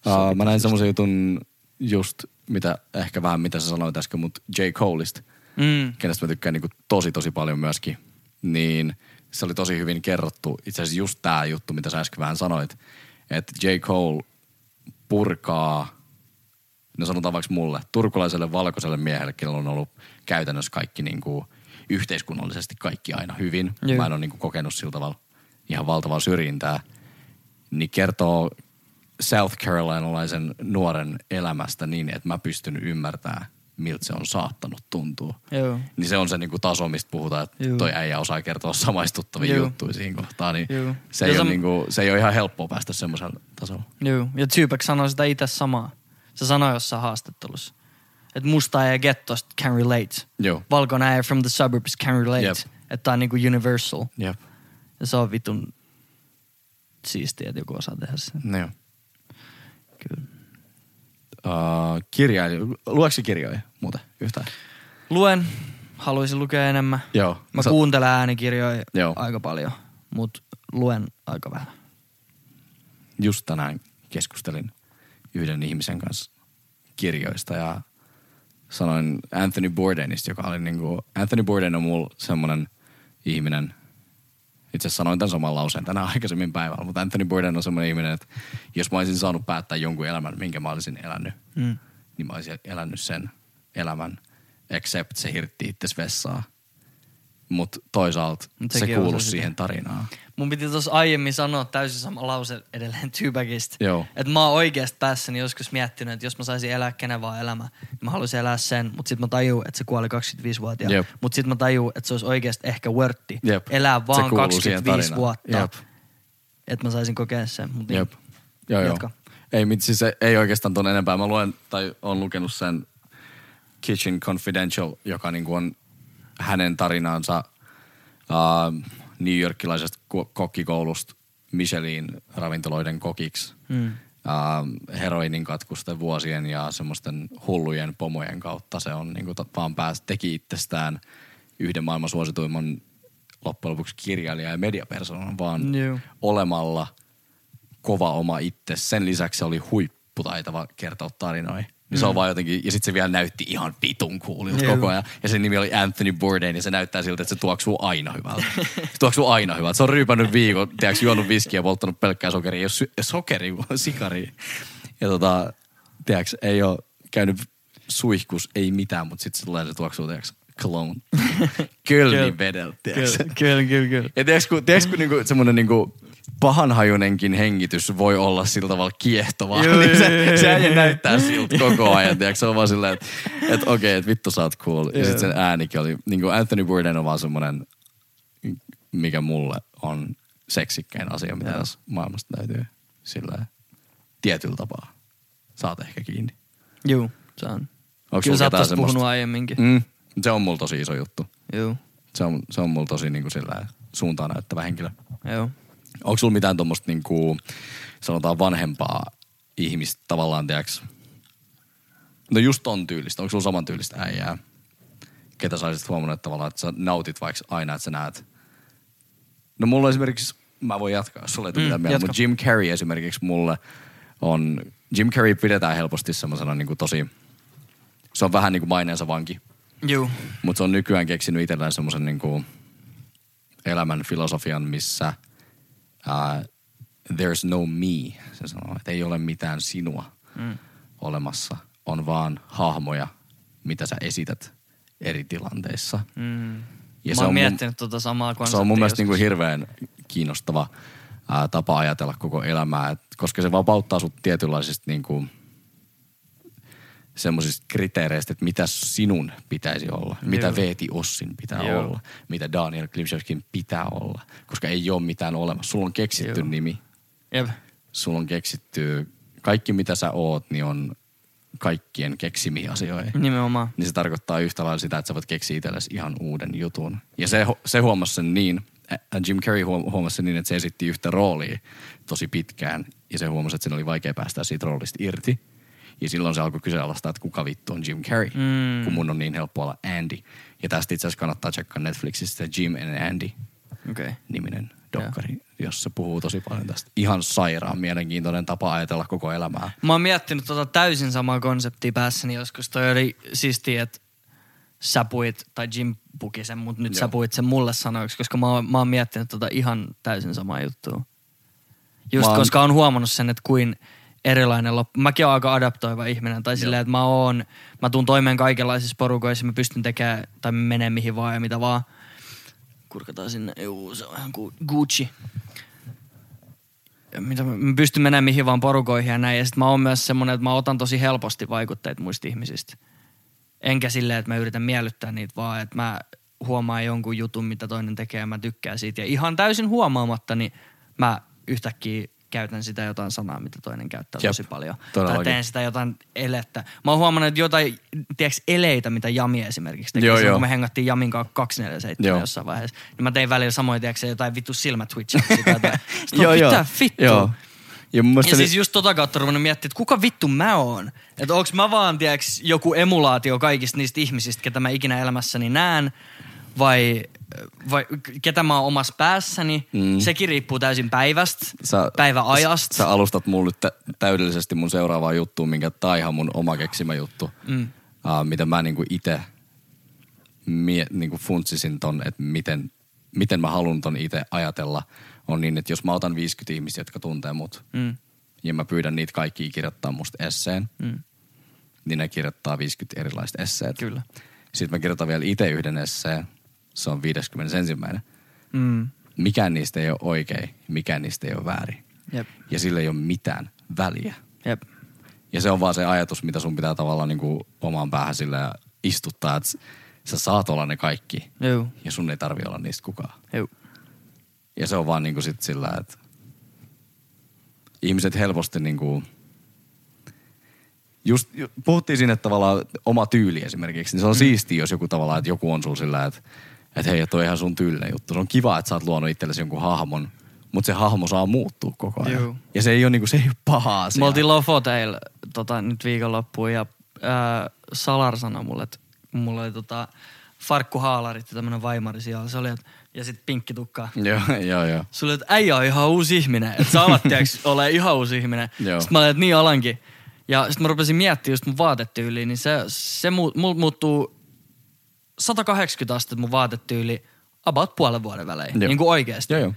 [SPEAKER 4] Uh, mä näin semmoisen jutun just, mitä ehkä vähän mitä sä sanoit äsken, mutta J. Coleista,
[SPEAKER 2] Mm.
[SPEAKER 4] kenestä mä tykkään niin tosi tosi paljon myöskin, niin se oli tosi hyvin kerrottu. Itse asiassa just tämä juttu, mitä sä äsken vähän sanoit, että J. Cole purkaa, no sanotaan vaikka mulle, turkulaiselle valkoiselle miehelle, kenellä on ollut käytännössä kaikki niin kuin, yhteiskunnallisesti kaikki aina hyvin.
[SPEAKER 2] Joo.
[SPEAKER 4] Mä en ole niin kuin, kokenut sillä tavalla ihan valtavaa syrjintää. Niin kertoo South Carolinalaisen nuoren elämästä niin, että mä pystyn ymmärtämään, miltä se on saattanut tuntua
[SPEAKER 2] Joo.
[SPEAKER 4] niin se on se niinku taso, mistä puhutaan, että
[SPEAKER 2] Juu.
[SPEAKER 4] toi äijä osaa kertoa samaistuttavia
[SPEAKER 2] Juu.
[SPEAKER 4] juttuja siinä kohtaa, niin
[SPEAKER 2] Juu.
[SPEAKER 4] se
[SPEAKER 2] Ja
[SPEAKER 4] ei, ole
[SPEAKER 2] se on-
[SPEAKER 4] niinku, se ei ole ihan helppoa päästä semmoiselle tasolle.
[SPEAKER 2] Joo, ja Zypek sanoi sitä itse samaa. Se sanoi jossain haastattelussa, että musta ja gettosta can relate.
[SPEAKER 4] Joo.
[SPEAKER 2] Valkoinen äijä from the suburbs can relate.
[SPEAKER 4] Jep.
[SPEAKER 2] Että tää on niinku universal.
[SPEAKER 4] Jep.
[SPEAKER 2] Ja se on vitun siistiä, että joku osaa tehdä sen.
[SPEAKER 4] No joo.
[SPEAKER 2] Kyllä.
[SPEAKER 4] Uh, kirjailija, lueksi kirjoja muuten yhtään?
[SPEAKER 2] Luen, haluaisin lukea enemmän.
[SPEAKER 4] Joo.
[SPEAKER 2] Mä
[SPEAKER 4] Sä-
[SPEAKER 2] kuuntelen äänikirjoja
[SPEAKER 4] Joo.
[SPEAKER 2] aika paljon, mutta luen aika vähän.
[SPEAKER 4] Just tänään keskustelin yhden ihmisen kanssa kirjoista ja sanoin Anthony Bourdainista, joka oli niinku, Anthony Bourdain on mulla semmoinen ihminen, itse asiassa sanoin tämän saman lauseen tänään aikaisemmin päivällä, mutta Anthony Bourdain on semmoinen ihminen, että jos mä olisin saanut päättää jonkun elämän, minkä mä olisin elänyt, mm. niin mä olisin elänyt sen elämän, except se hirtti itse vessaa. Mutta toisaalta
[SPEAKER 2] Mut
[SPEAKER 4] se
[SPEAKER 2] sekin on
[SPEAKER 4] kuuluu
[SPEAKER 2] se sitä.
[SPEAKER 4] siihen tarinaan.
[SPEAKER 2] Mun piti tuossa aiemmin sanoa täysin sama lause edelleen Tyypäkistä.
[SPEAKER 4] Joo.
[SPEAKER 2] Että mä oon oikeasti päässäni joskus miettinyt, että jos mä saisin elää kenen vaan elämä, niin mä haluaisin elää sen, mutta sit mä tajuu, että se kuoli 25-vuotiaana.
[SPEAKER 4] Jep.
[SPEAKER 2] Mutta sit mä tajuu, että se olisi oikeasti ehkä wortti.
[SPEAKER 4] Jep.
[SPEAKER 2] Elää
[SPEAKER 4] Se
[SPEAKER 2] vaan
[SPEAKER 4] kuuluu siihen
[SPEAKER 2] 25
[SPEAKER 4] tarinaan.
[SPEAKER 2] vuotta.
[SPEAKER 4] Jep.
[SPEAKER 2] Että mä saisin kokea sen. Mut niin.
[SPEAKER 4] Jep. Joo, joo.
[SPEAKER 2] Jatka.
[SPEAKER 4] Ei, mit, siis ei- ei oikeastaan tuon enempää. Mä luen tai on lukenut sen Kitchen Confidential, joka niinku on hänen tarinaansa uh, New Yorkilaisesta ko- kokkikoulusta Michelin ravintoloiden kokiksi. Mm. Uh, heroinin katkusten vuosien ja semmoisten hullujen pomojen kautta se on niinku to- vaan pääs, teki itsestään yhden maailman suosituimman loppujen lopuksi kirjailija ja mediapersonan, vaan
[SPEAKER 2] Joo.
[SPEAKER 4] olemalla kova oma itse. Sen lisäksi se oli huipputaitava kertoa tarinoja. Niin se on vaan jotenkin, ja sitten se vielä näytti ihan vitun kuulilta
[SPEAKER 2] Mm. Joo.
[SPEAKER 4] koko ajan. Ja sen nimi oli Anthony Bourdain, ja se näyttää siltä, että se tuoksuu aina hyvältä. Se tuoksuu aina hyvältä. Se on ryypännyt viikon, tiedätkö, juonut viskiä ja polttanut pelkkää sokeria. Jos sy- sokeri, sikari. Ja tota, tiedätkö, ei ole käynyt suihkus, ei mitään, mutta sitten se tulee se tuoksuu, tiedätkö,
[SPEAKER 2] (laughs)
[SPEAKER 4] Cologne. Kölnin
[SPEAKER 2] Köl-
[SPEAKER 4] vedellä, tiedätkö?
[SPEAKER 2] Kyllä, (laughs) kyllä, kyllä. kyllä.
[SPEAKER 4] Ja tiedätkö, kun, tiedätkö, kun niinku, semmoinen niinku pahanhajuinenkin hengitys voi olla sillä tavalla kiehtovaa,
[SPEAKER 2] Joo,
[SPEAKER 4] niin
[SPEAKER 2] joo,
[SPEAKER 4] se,
[SPEAKER 2] joo,
[SPEAKER 4] se
[SPEAKER 2] joo,
[SPEAKER 4] äijä
[SPEAKER 2] joo.
[SPEAKER 4] näyttää siltä koko ajan. Tiedätkö, se on vaan silleen, että et, okei, että vittu sä oot cool. Ja sitten sen äänikin oli, niin kuin Anthony Bourdain on vaan semmoinen, mikä mulle on seksikkäin asia, mitä tässä maailmasta löytyy sillä tietyllä tapaa. Saat ehkä kiinni.
[SPEAKER 2] Juu, se on.
[SPEAKER 4] Onks
[SPEAKER 2] kyllä
[SPEAKER 4] sulla
[SPEAKER 2] sä oot
[SPEAKER 4] ketään
[SPEAKER 2] tästä
[SPEAKER 4] semmoista?
[SPEAKER 2] puhunut aiemminkin. Mm.
[SPEAKER 4] Mm, se on mulla tosi iso juttu.
[SPEAKER 2] Juu,
[SPEAKER 4] Se on, se on mulla tosi niin kuin sillä suuntaan näyttävä henkilö.
[SPEAKER 2] joo.
[SPEAKER 4] Onko sulla mitään tuommoista niinku, sanotaan vanhempaa ihmistä tavallaan, tiedäks? No just ton tyylistä. Onko sulla saman tyylistä äijää? Ketä sä olisit huomannut että tavallaan, että sä nautit vaikka aina, että sä näet? No mulla esimerkiksi, mä voin jatkaa, jos sulla ei tule mm, mitään mieltä,
[SPEAKER 2] jatka.
[SPEAKER 4] mutta Jim Carrey esimerkiksi mulle on, Jim Carrey pidetään helposti semmoisena niinku tosi, se on vähän niinku maineensa vanki.
[SPEAKER 2] Juu.
[SPEAKER 4] Mutta se on nykyään keksinyt itselleen semmoisen niinku elämän filosofian, missä uh, there's no me, se sanoo, että ei ole mitään sinua mm. olemassa. On vaan hahmoja, mitä sä esität eri tilanteissa. Mm.
[SPEAKER 2] Ja Mä oon miettinyt tota samaa konseptia.
[SPEAKER 4] Se on mun mielestä niin
[SPEAKER 2] joskus.
[SPEAKER 4] kuin hirveän kiinnostava ää, tapa ajatella koko elämää, et, koska se vapauttaa sut tietynlaisista niin kuin, semmoisista kriteereistä, että mitä sinun pitäisi olla, mitä Veeti Ossin pitää
[SPEAKER 2] Joo.
[SPEAKER 4] olla, mitä Daniel Klimshevskin pitää olla, koska ei ole mitään olemassa. Sulla on keksitty
[SPEAKER 2] Joo.
[SPEAKER 4] nimi,
[SPEAKER 2] Jep.
[SPEAKER 4] sulla on keksitty, kaikki mitä sä oot, niin on kaikkien keksimiä
[SPEAKER 2] No,
[SPEAKER 4] asioita
[SPEAKER 2] Nimenomaan.
[SPEAKER 4] niin se tarkoittaa yhtä lailla sitä, että sä voit keksiä itsellesi ihan uuden jutun. Ja se, hu- se huomasi sen niin, ä- Jim Carrey huom- huomasi sen niin, että se esitti yhtä roolia tosi pitkään. Ja se huomasi, että sen oli vaikea päästä siitä roolista irti. Ja silloin se alkoi kyseenalaistaa, että kuka vittu on Jim Carrey, mm. kun mun on niin helppo olla Andy. Ja tästä itse asiassa kannattaa tsekkaa Netflixistä Jim and Andy
[SPEAKER 2] Okei. Okay.
[SPEAKER 4] niminen dokkari, jossa puhuu tosi paljon tästä. Ihan sairaan mielenkiintoinen tapa ajatella koko elämää.
[SPEAKER 2] Mä oon miettinyt tota täysin samaa konseptia päässäni joskus. Toi oli siistiä, että sä puit, tai Jim puki sen, mutta nyt Joo. sä
[SPEAKER 4] Joo.
[SPEAKER 2] puit sen mulle sanoiksi, koska mä oon, mä oon miettinyt tota ihan täysin samaa juttua. Just
[SPEAKER 4] Mä
[SPEAKER 2] oon...
[SPEAKER 4] oon-
[SPEAKER 2] koska oon huomannut sen, että kuin erilainen loppu. Mäkin oon aika adaptoiva ihminen, tai silleen, että mä oon, mä tuun toimeen kaikenlaisissa porukoissa, mä pystyn tekemään, tai menee mihin vaan ja mitä vaan. Kurkataan sinne, juu, se on ihan gu- Gucci mitä mä, mä pystyn menemään mihin vaan porukoihin ja näin. Ja sit mä oon myös semmonen, että mä otan tosi helposti vaikutteet muista ihmisistä. Enkä silleen, että mä yritän miellyttää niitä, vaan että mä huomaan jonkun jutun, mitä toinen tekee ja mä tykkään siitä. Ja ihan täysin huomaamatta, niin mä yhtäkkiä käytän sitä jotain sanaa, mitä toinen käyttää
[SPEAKER 4] Jep,
[SPEAKER 2] tosi paljon.
[SPEAKER 4] todellakin.
[SPEAKER 2] Tai teen sitä jotain elettä. Mä oon huomannut, että jotain, tiedätkö, eleitä, mitä Jami esimerkiksi teki.
[SPEAKER 4] Joo,
[SPEAKER 2] Silloin,
[SPEAKER 4] joo.
[SPEAKER 2] kun me hengattiin Jamin kanssa 247
[SPEAKER 4] Joo.
[SPEAKER 2] jossain vaiheessa. Niin mä tein välillä samoin, tiedätkö, jotain vittu silmätwitchia.
[SPEAKER 4] (laughs) Joo, joo.
[SPEAKER 2] Mitä vittua?
[SPEAKER 4] Joo. Ja mun mielestä
[SPEAKER 2] Ja
[SPEAKER 4] ni-
[SPEAKER 2] siis just tota kautta ruvennut miettimään, että kuka vittu mä oon? Että onks mä vaan, tiiäks, joku emulaatio kaikista niistä ihmisistä, ketä mä ikinä elämässäni näen? Vai, vai ketä mä oon omassa päässäni? Mm. Sekin riippuu täysin päivästä,
[SPEAKER 4] sä,
[SPEAKER 2] päiväajasta.
[SPEAKER 4] Sä, sä alustat mulle nyt tä- täydellisesti mun seuraavaa juttuun, minkä taihan mun oma keksimä juttu, mm. uh, mitä mä niinku itse mie- niinku funtsisin ton, että miten, miten mä haluan ton itse ajatella, on niin, että jos mä otan 50 ihmistä, jotka tuntee mut, mm. ja mä pyydän niitä kaikkia kirjoittaa musta esseen, mm. niin ne kirjoittaa 50 erilaista esseet.
[SPEAKER 2] Kyllä.
[SPEAKER 4] Sitten mä kirjoitan vielä itse yhden esseen, se on 51. Mm. Mikään niistä ei ole oikein, mikään niistä ei ole väärin
[SPEAKER 2] Jep,
[SPEAKER 4] ja sillä ei ole mitään väliä.
[SPEAKER 2] jep.
[SPEAKER 4] Ja se on vaan se ajatus, mitä sun pitää tavallaan niin kuin omaan päähän sillä istuttaa, että s- sä saat olla ne kaikki
[SPEAKER 2] Juu,
[SPEAKER 4] ja sun ei tarvi olla niistä kukaan.
[SPEAKER 2] juu.
[SPEAKER 4] Ja se on vaan niin kuin sit sillä, että ihmiset helposti niin kuin Just ju- puhuttiin siinä, että tavallaan oma tyyli esimerkiksi, niin se on mm. siistiä, jos joku tavallaan, että joku on sulla sillä, että, että hei, toi on ihan sun tyylinen juttu. Se on kiva, että sä oot luonut itsellesi jonkun hahmon, mutta se hahmo saa muuttua koko ajan.
[SPEAKER 2] Juu.
[SPEAKER 4] Ja se ei ole, niin kuin, se ei ole paha asia.
[SPEAKER 2] Me oltiin Lofoteilla tota, nyt viikonloppuun ja ää, Salar sanoi mulle, että mulla oli tota, farkkuhaalarit ja tämmönen vaimari siellä. Se oli, et, ja sitten pinkki tukka.
[SPEAKER 4] Joo, joo, joo.
[SPEAKER 2] Sulle, että äijä on ihan uusi ihminen, että sä alat tiiäks,
[SPEAKER 4] (laughs)
[SPEAKER 2] ole ihan uusi ihminen.
[SPEAKER 4] Joo.
[SPEAKER 2] Sitten mä olin, että niin alankin. Ja sitten mä rupesin miettimään just mun vaatetyyliä, niin se, se mu, mul muuttuu 180 astetta mun vaatetyyli about puolen vuoden välein,
[SPEAKER 4] Joo.
[SPEAKER 2] niin kuin oikeasti.
[SPEAKER 4] Joo, joo.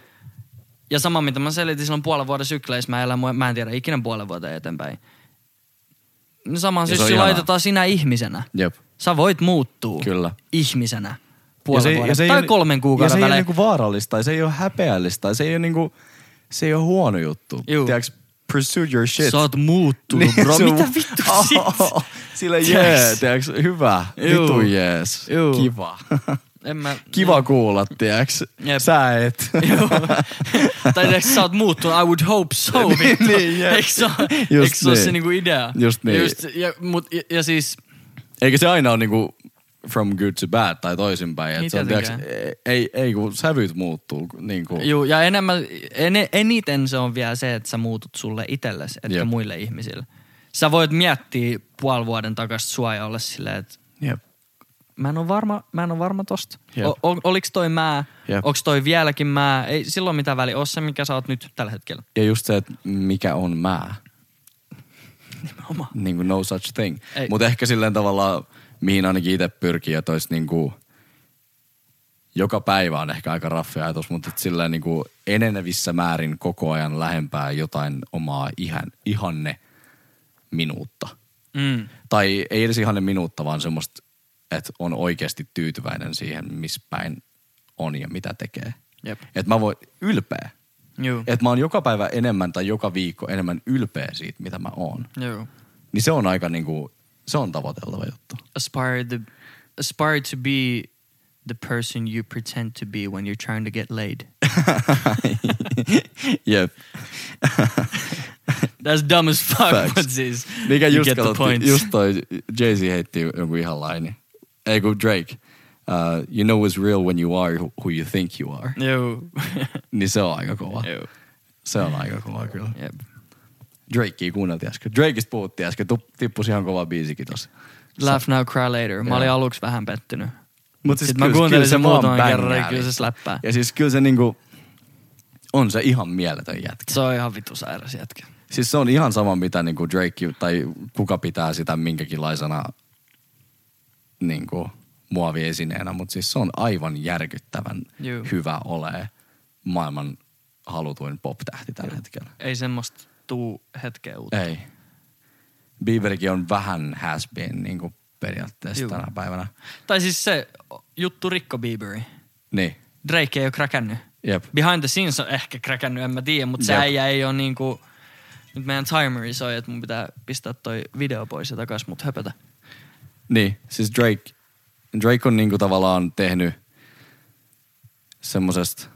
[SPEAKER 2] Ja sama, mitä mä selitin silloin puolen vuoden sykleissä, mä, elän, mä en tiedä ikinä puolen vuotta eteenpäin. Niin Samaan
[SPEAKER 4] Ja se on
[SPEAKER 2] syssyyn
[SPEAKER 4] ihanaa.
[SPEAKER 2] laitetaan sinä ihmisenä.
[SPEAKER 4] Jep.
[SPEAKER 2] Sä voit muuttua
[SPEAKER 4] Kyllä.
[SPEAKER 2] ihmisenä
[SPEAKER 4] Ja
[SPEAKER 2] puolen
[SPEAKER 4] se,
[SPEAKER 2] vuoden
[SPEAKER 4] ja se ei
[SPEAKER 2] tai
[SPEAKER 4] ole-
[SPEAKER 2] kolmen
[SPEAKER 4] ja se
[SPEAKER 2] kuukauden
[SPEAKER 4] ei ole
[SPEAKER 2] välein.
[SPEAKER 4] niinku vaarallista, tai se ei ole häpeällistä, tai se ei ole, niinku, se ei ole huono juttu.
[SPEAKER 2] Juu.
[SPEAKER 4] Tiedätkö, pursue your shit.
[SPEAKER 2] Sä oot muuttunut,
[SPEAKER 4] (laughs) Niin,
[SPEAKER 2] bro.
[SPEAKER 4] se on- Oh.
[SPEAKER 2] Mitä vittu
[SPEAKER 4] (laughs)
[SPEAKER 2] sit?
[SPEAKER 4] Sillä jee,
[SPEAKER 2] Tiedäks?
[SPEAKER 4] tiedätkö, hyvä,
[SPEAKER 2] Juu.
[SPEAKER 4] vitu jees,
[SPEAKER 2] Juu. (laughs)
[SPEAKER 4] kiva.
[SPEAKER 2] En mä...
[SPEAKER 4] kiva kuulla, tiedätkö,
[SPEAKER 2] Jep.
[SPEAKER 4] sä et. (laughs)
[SPEAKER 2] Joo. tai tiiäks, sä oot muuttunut, I would hope so.
[SPEAKER 4] Niin,
[SPEAKER 2] vittu.
[SPEAKER 4] niin, jep.
[SPEAKER 2] Eikö se,
[SPEAKER 4] Just
[SPEAKER 2] eikö se ole
[SPEAKER 4] niin.
[SPEAKER 2] se niinku idea?
[SPEAKER 4] Just niin.
[SPEAKER 2] Just, ja, mut, ja, ja siis,
[SPEAKER 4] Eikä se aina ole niinku from good to bad tai toisinpäin.
[SPEAKER 2] Ei
[SPEAKER 4] Et se on, tiedätkö,
[SPEAKER 2] tietenkään.
[SPEAKER 4] ei, ei kun sävyt muuttuu. Niinku.
[SPEAKER 2] juu, ja enemmän, en, eniten se on vielä se, että sä muutut sulle itsellesi, etkä
[SPEAKER 4] Jep.
[SPEAKER 2] muille ihmisille. Sä voit miettiä puoli vuoden takaisin sua ja olla silleen, että
[SPEAKER 4] Jep.
[SPEAKER 2] mä en ole varma, mä en ole varma tosta.
[SPEAKER 4] Jep.
[SPEAKER 2] O, o, oliks toi mä,
[SPEAKER 4] Jep.
[SPEAKER 2] onks toi vieläkin mä, ei silloin mitään väliä, oo se mikä sä oot nyt tällä hetkellä.
[SPEAKER 4] Ja just se, että mikä on mä.
[SPEAKER 2] Nimenomaan.
[SPEAKER 4] Niin kuin no such thing.
[SPEAKER 2] Ei.
[SPEAKER 4] Mutta ehkä silleen tavallaan, mihin ainakin itse pyrkii, että olisi niin kuin, joka päivä on ehkä aika raffi ajatus, mutta et silleen niin kuin enenevissä määrin koko ajan lähempää jotain omaa ihan, ihanne minuutta.
[SPEAKER 2] Mm.
[SPEAKER 4] Tai ei edes ihanne minuutta, vaan semmoista, että on oikeasti tyytyväinen siihen, missä päin on ja mitä tekee.
[SPEAKER 2] Jep.
[SPEAKER 4] Että mä voin ylpeä.
[SPEAKER 2] Juu.
[SPEAKER 4] Että mä oon joka päivä enemmän tai joka viikko enemmän ylpeä siitä, mitä mä oon.
[SPEAKER 2] Juu.
[SPEAKER 4] Niin se on aika niinku, se on tavoiteltava
[SPEAKER 2] (laughs)
[SPEAKER 4] juttu.
[SPEAKER 2] aspire the aspire to be the person you pretend to be when you're trying to get laid. (laughs)
[SPEAKER 4] Jep.
[SPEAKER 2] That's dumb as fuck.
[SPEAKER 4] Facts.
[SPEAKER 2] But this,
[SPEAKER 4] Mikä
[SPEAKER 2] you
[SPEAKER 4] just
[SPEAKER 2] get the point.
[SPEAKER 4] katsottiin, just toi Jay-Z heitti jonkun ihan laini. Ei kun Drake. Uh, you know what's real when you are who you think you are.
[SPEAKER 2] (laughs) Joo.
[SPEAKER 4] Niin se on aika kova.
[SPEAKER 2] Joo.
[SPEAKER 4] Se on aika kova kyllä.
[SPEAKER 2] Jep.
[SPEAKER 4] Drakea kuunneltiin äsken. Drakeista puhuttiin äsken. Tup- Tippusi ihan kova biisikin tossa.
[SPEAKER 2] Laugh now, cry later. Mä olin aluksi vähän pettynyt.
[SPEAKER 4] Mut siis
[SPEAKER 2] Sitten mä kuuntelin sen muutaman kerran, ja kyllä se släppää.
[SPEAKER 4] Ja siis kyllä se niinku, on se ihan mieletön jätkä.
[SPEAKER 2] Se on ihan vitu sairas jätkä.
[SPEAKER 4] Siis se on ihan sama, mitä niinku Drake tai kuka pitää sitä minkäkinlaisena niinku, muoviesineenä, mutta siis se on aivan järkyttävän
[SPEAKER 2] Juu.
[SPEAKER 4] hyvä ole maailman halutuin pop-tähti tällä hetkellä.
[SPEAKER 2] Ei semmoista tuu hetkeä uutta.
[SPEAKER 4] Ei. Bieberikin on vähän has been niinku periaatteessa
[SPEAKER 2] Juu.
[SPEAKER 4] tänä päivänä.
[SPEAKER 2] Tai siis se juttu rikko Bieberi.
[SPEAKER 4] Niin,
[SPEAKER 2] Drake ei ole kräkännyt.
[SPEAKER 4] jep.
[SPEAKER 2] Behind the scenes on ehkä kräkännyt, en mä tiedä, mutta se
[SPEAKER 4] Jep.
[SPEAKER 2] äijä ei ole niinku... Nyt meidän timeri soi, että mun pitää pistää toi video pois ja takas mut höpötä.
[SPEAKER 4] Niin, siis Drake, Drake on niinku tavallaan tehnyt semmosesta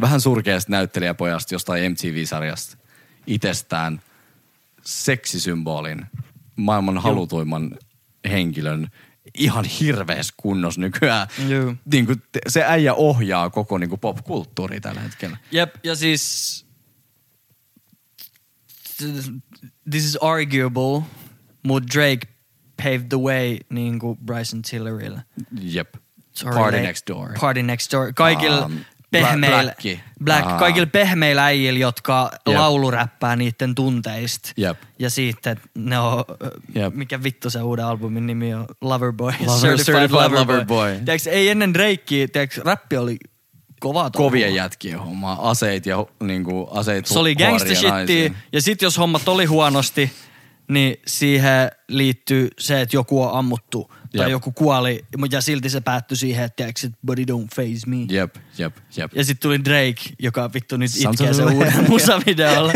[SPEAKER 4] vähän surkeasta näyttelijäpojasta jostain MTV-sarjasta itsestään seksisymbolin, maailman halutuimman henkilön ihan hirveässä kunnossa nykyään.
[SPEAKER 2] Juu.
[SPEAKER 4] Niin kuin se äijä ohjaa koko niin kuin popkulttuuri tällä hetkellä.
[SPEAKER 2] Jep, ja siis... This is arguable, mut Drake paved the way niinku Bryson Tillerille.
[SPEAKER 4] Jep.
[SPEAKER 2] Sorry,
[SPEAKER 4] Party
[SPEAKER 2] mate.
[SPEAKER 4] next door.
[SPEAKER 2] Party next door. Kaikilla
[SPEAKER 4] Um,
[SPEAKER 2] pehmeillä,
[SPEAKER 4] Bla- Blacki.
[SPEAKER 2] black,
[SPEAKER 4] Ah.
[SPEAKER 2] kaikilla pehmeillä äijillä, jotka
[SPEAKER 4] Jep.
[SPEAKER 2] Jep. lauluräppää niiden tunteista.
[SPEAKER 4] Jep.
[SPEAKER 2] Ja siitä, että ne on, ö,
[SPEAKER 4] Jep.
[SPEAKER 2] mikä vittu se uuden albumin nimi on, Loverboy.
[SPEAKER 4] Lover- Certified Loverboy.
[SPEAKER 2] Tiedätkö, ei ennen Drakea, tiedätkö, räppi oli kovaa. touhua.
[SPEAKER 4] kovien jätkien hommaa. Aseet ja niinku, aseet
[SPEAKER 2] Se oli
[SPEAKER 4] huoria naisiin.
[SPEAKER 2] gangstershittiä. Ja sit jos hommat oli huonosti, niin siihen liittyy se, että joku on ammuttu tai
[SPEAKER 4] Jep.
[SPEAKER 2] joku kuoli. Ja silti se päättyi siihen, että tiedätkö, että body don't phase me.
[SPEAKER 4] Jep, jep, jep.
[SPEAKER 2] Ja sitten tuli Drake, joka vittu nyt
[SPEAKER 4] Sounds
[SPEAKER 2] itkee sen
[SPEAKER 4] like- (laughs)
[SPEAKER 2] uuden musavideolla.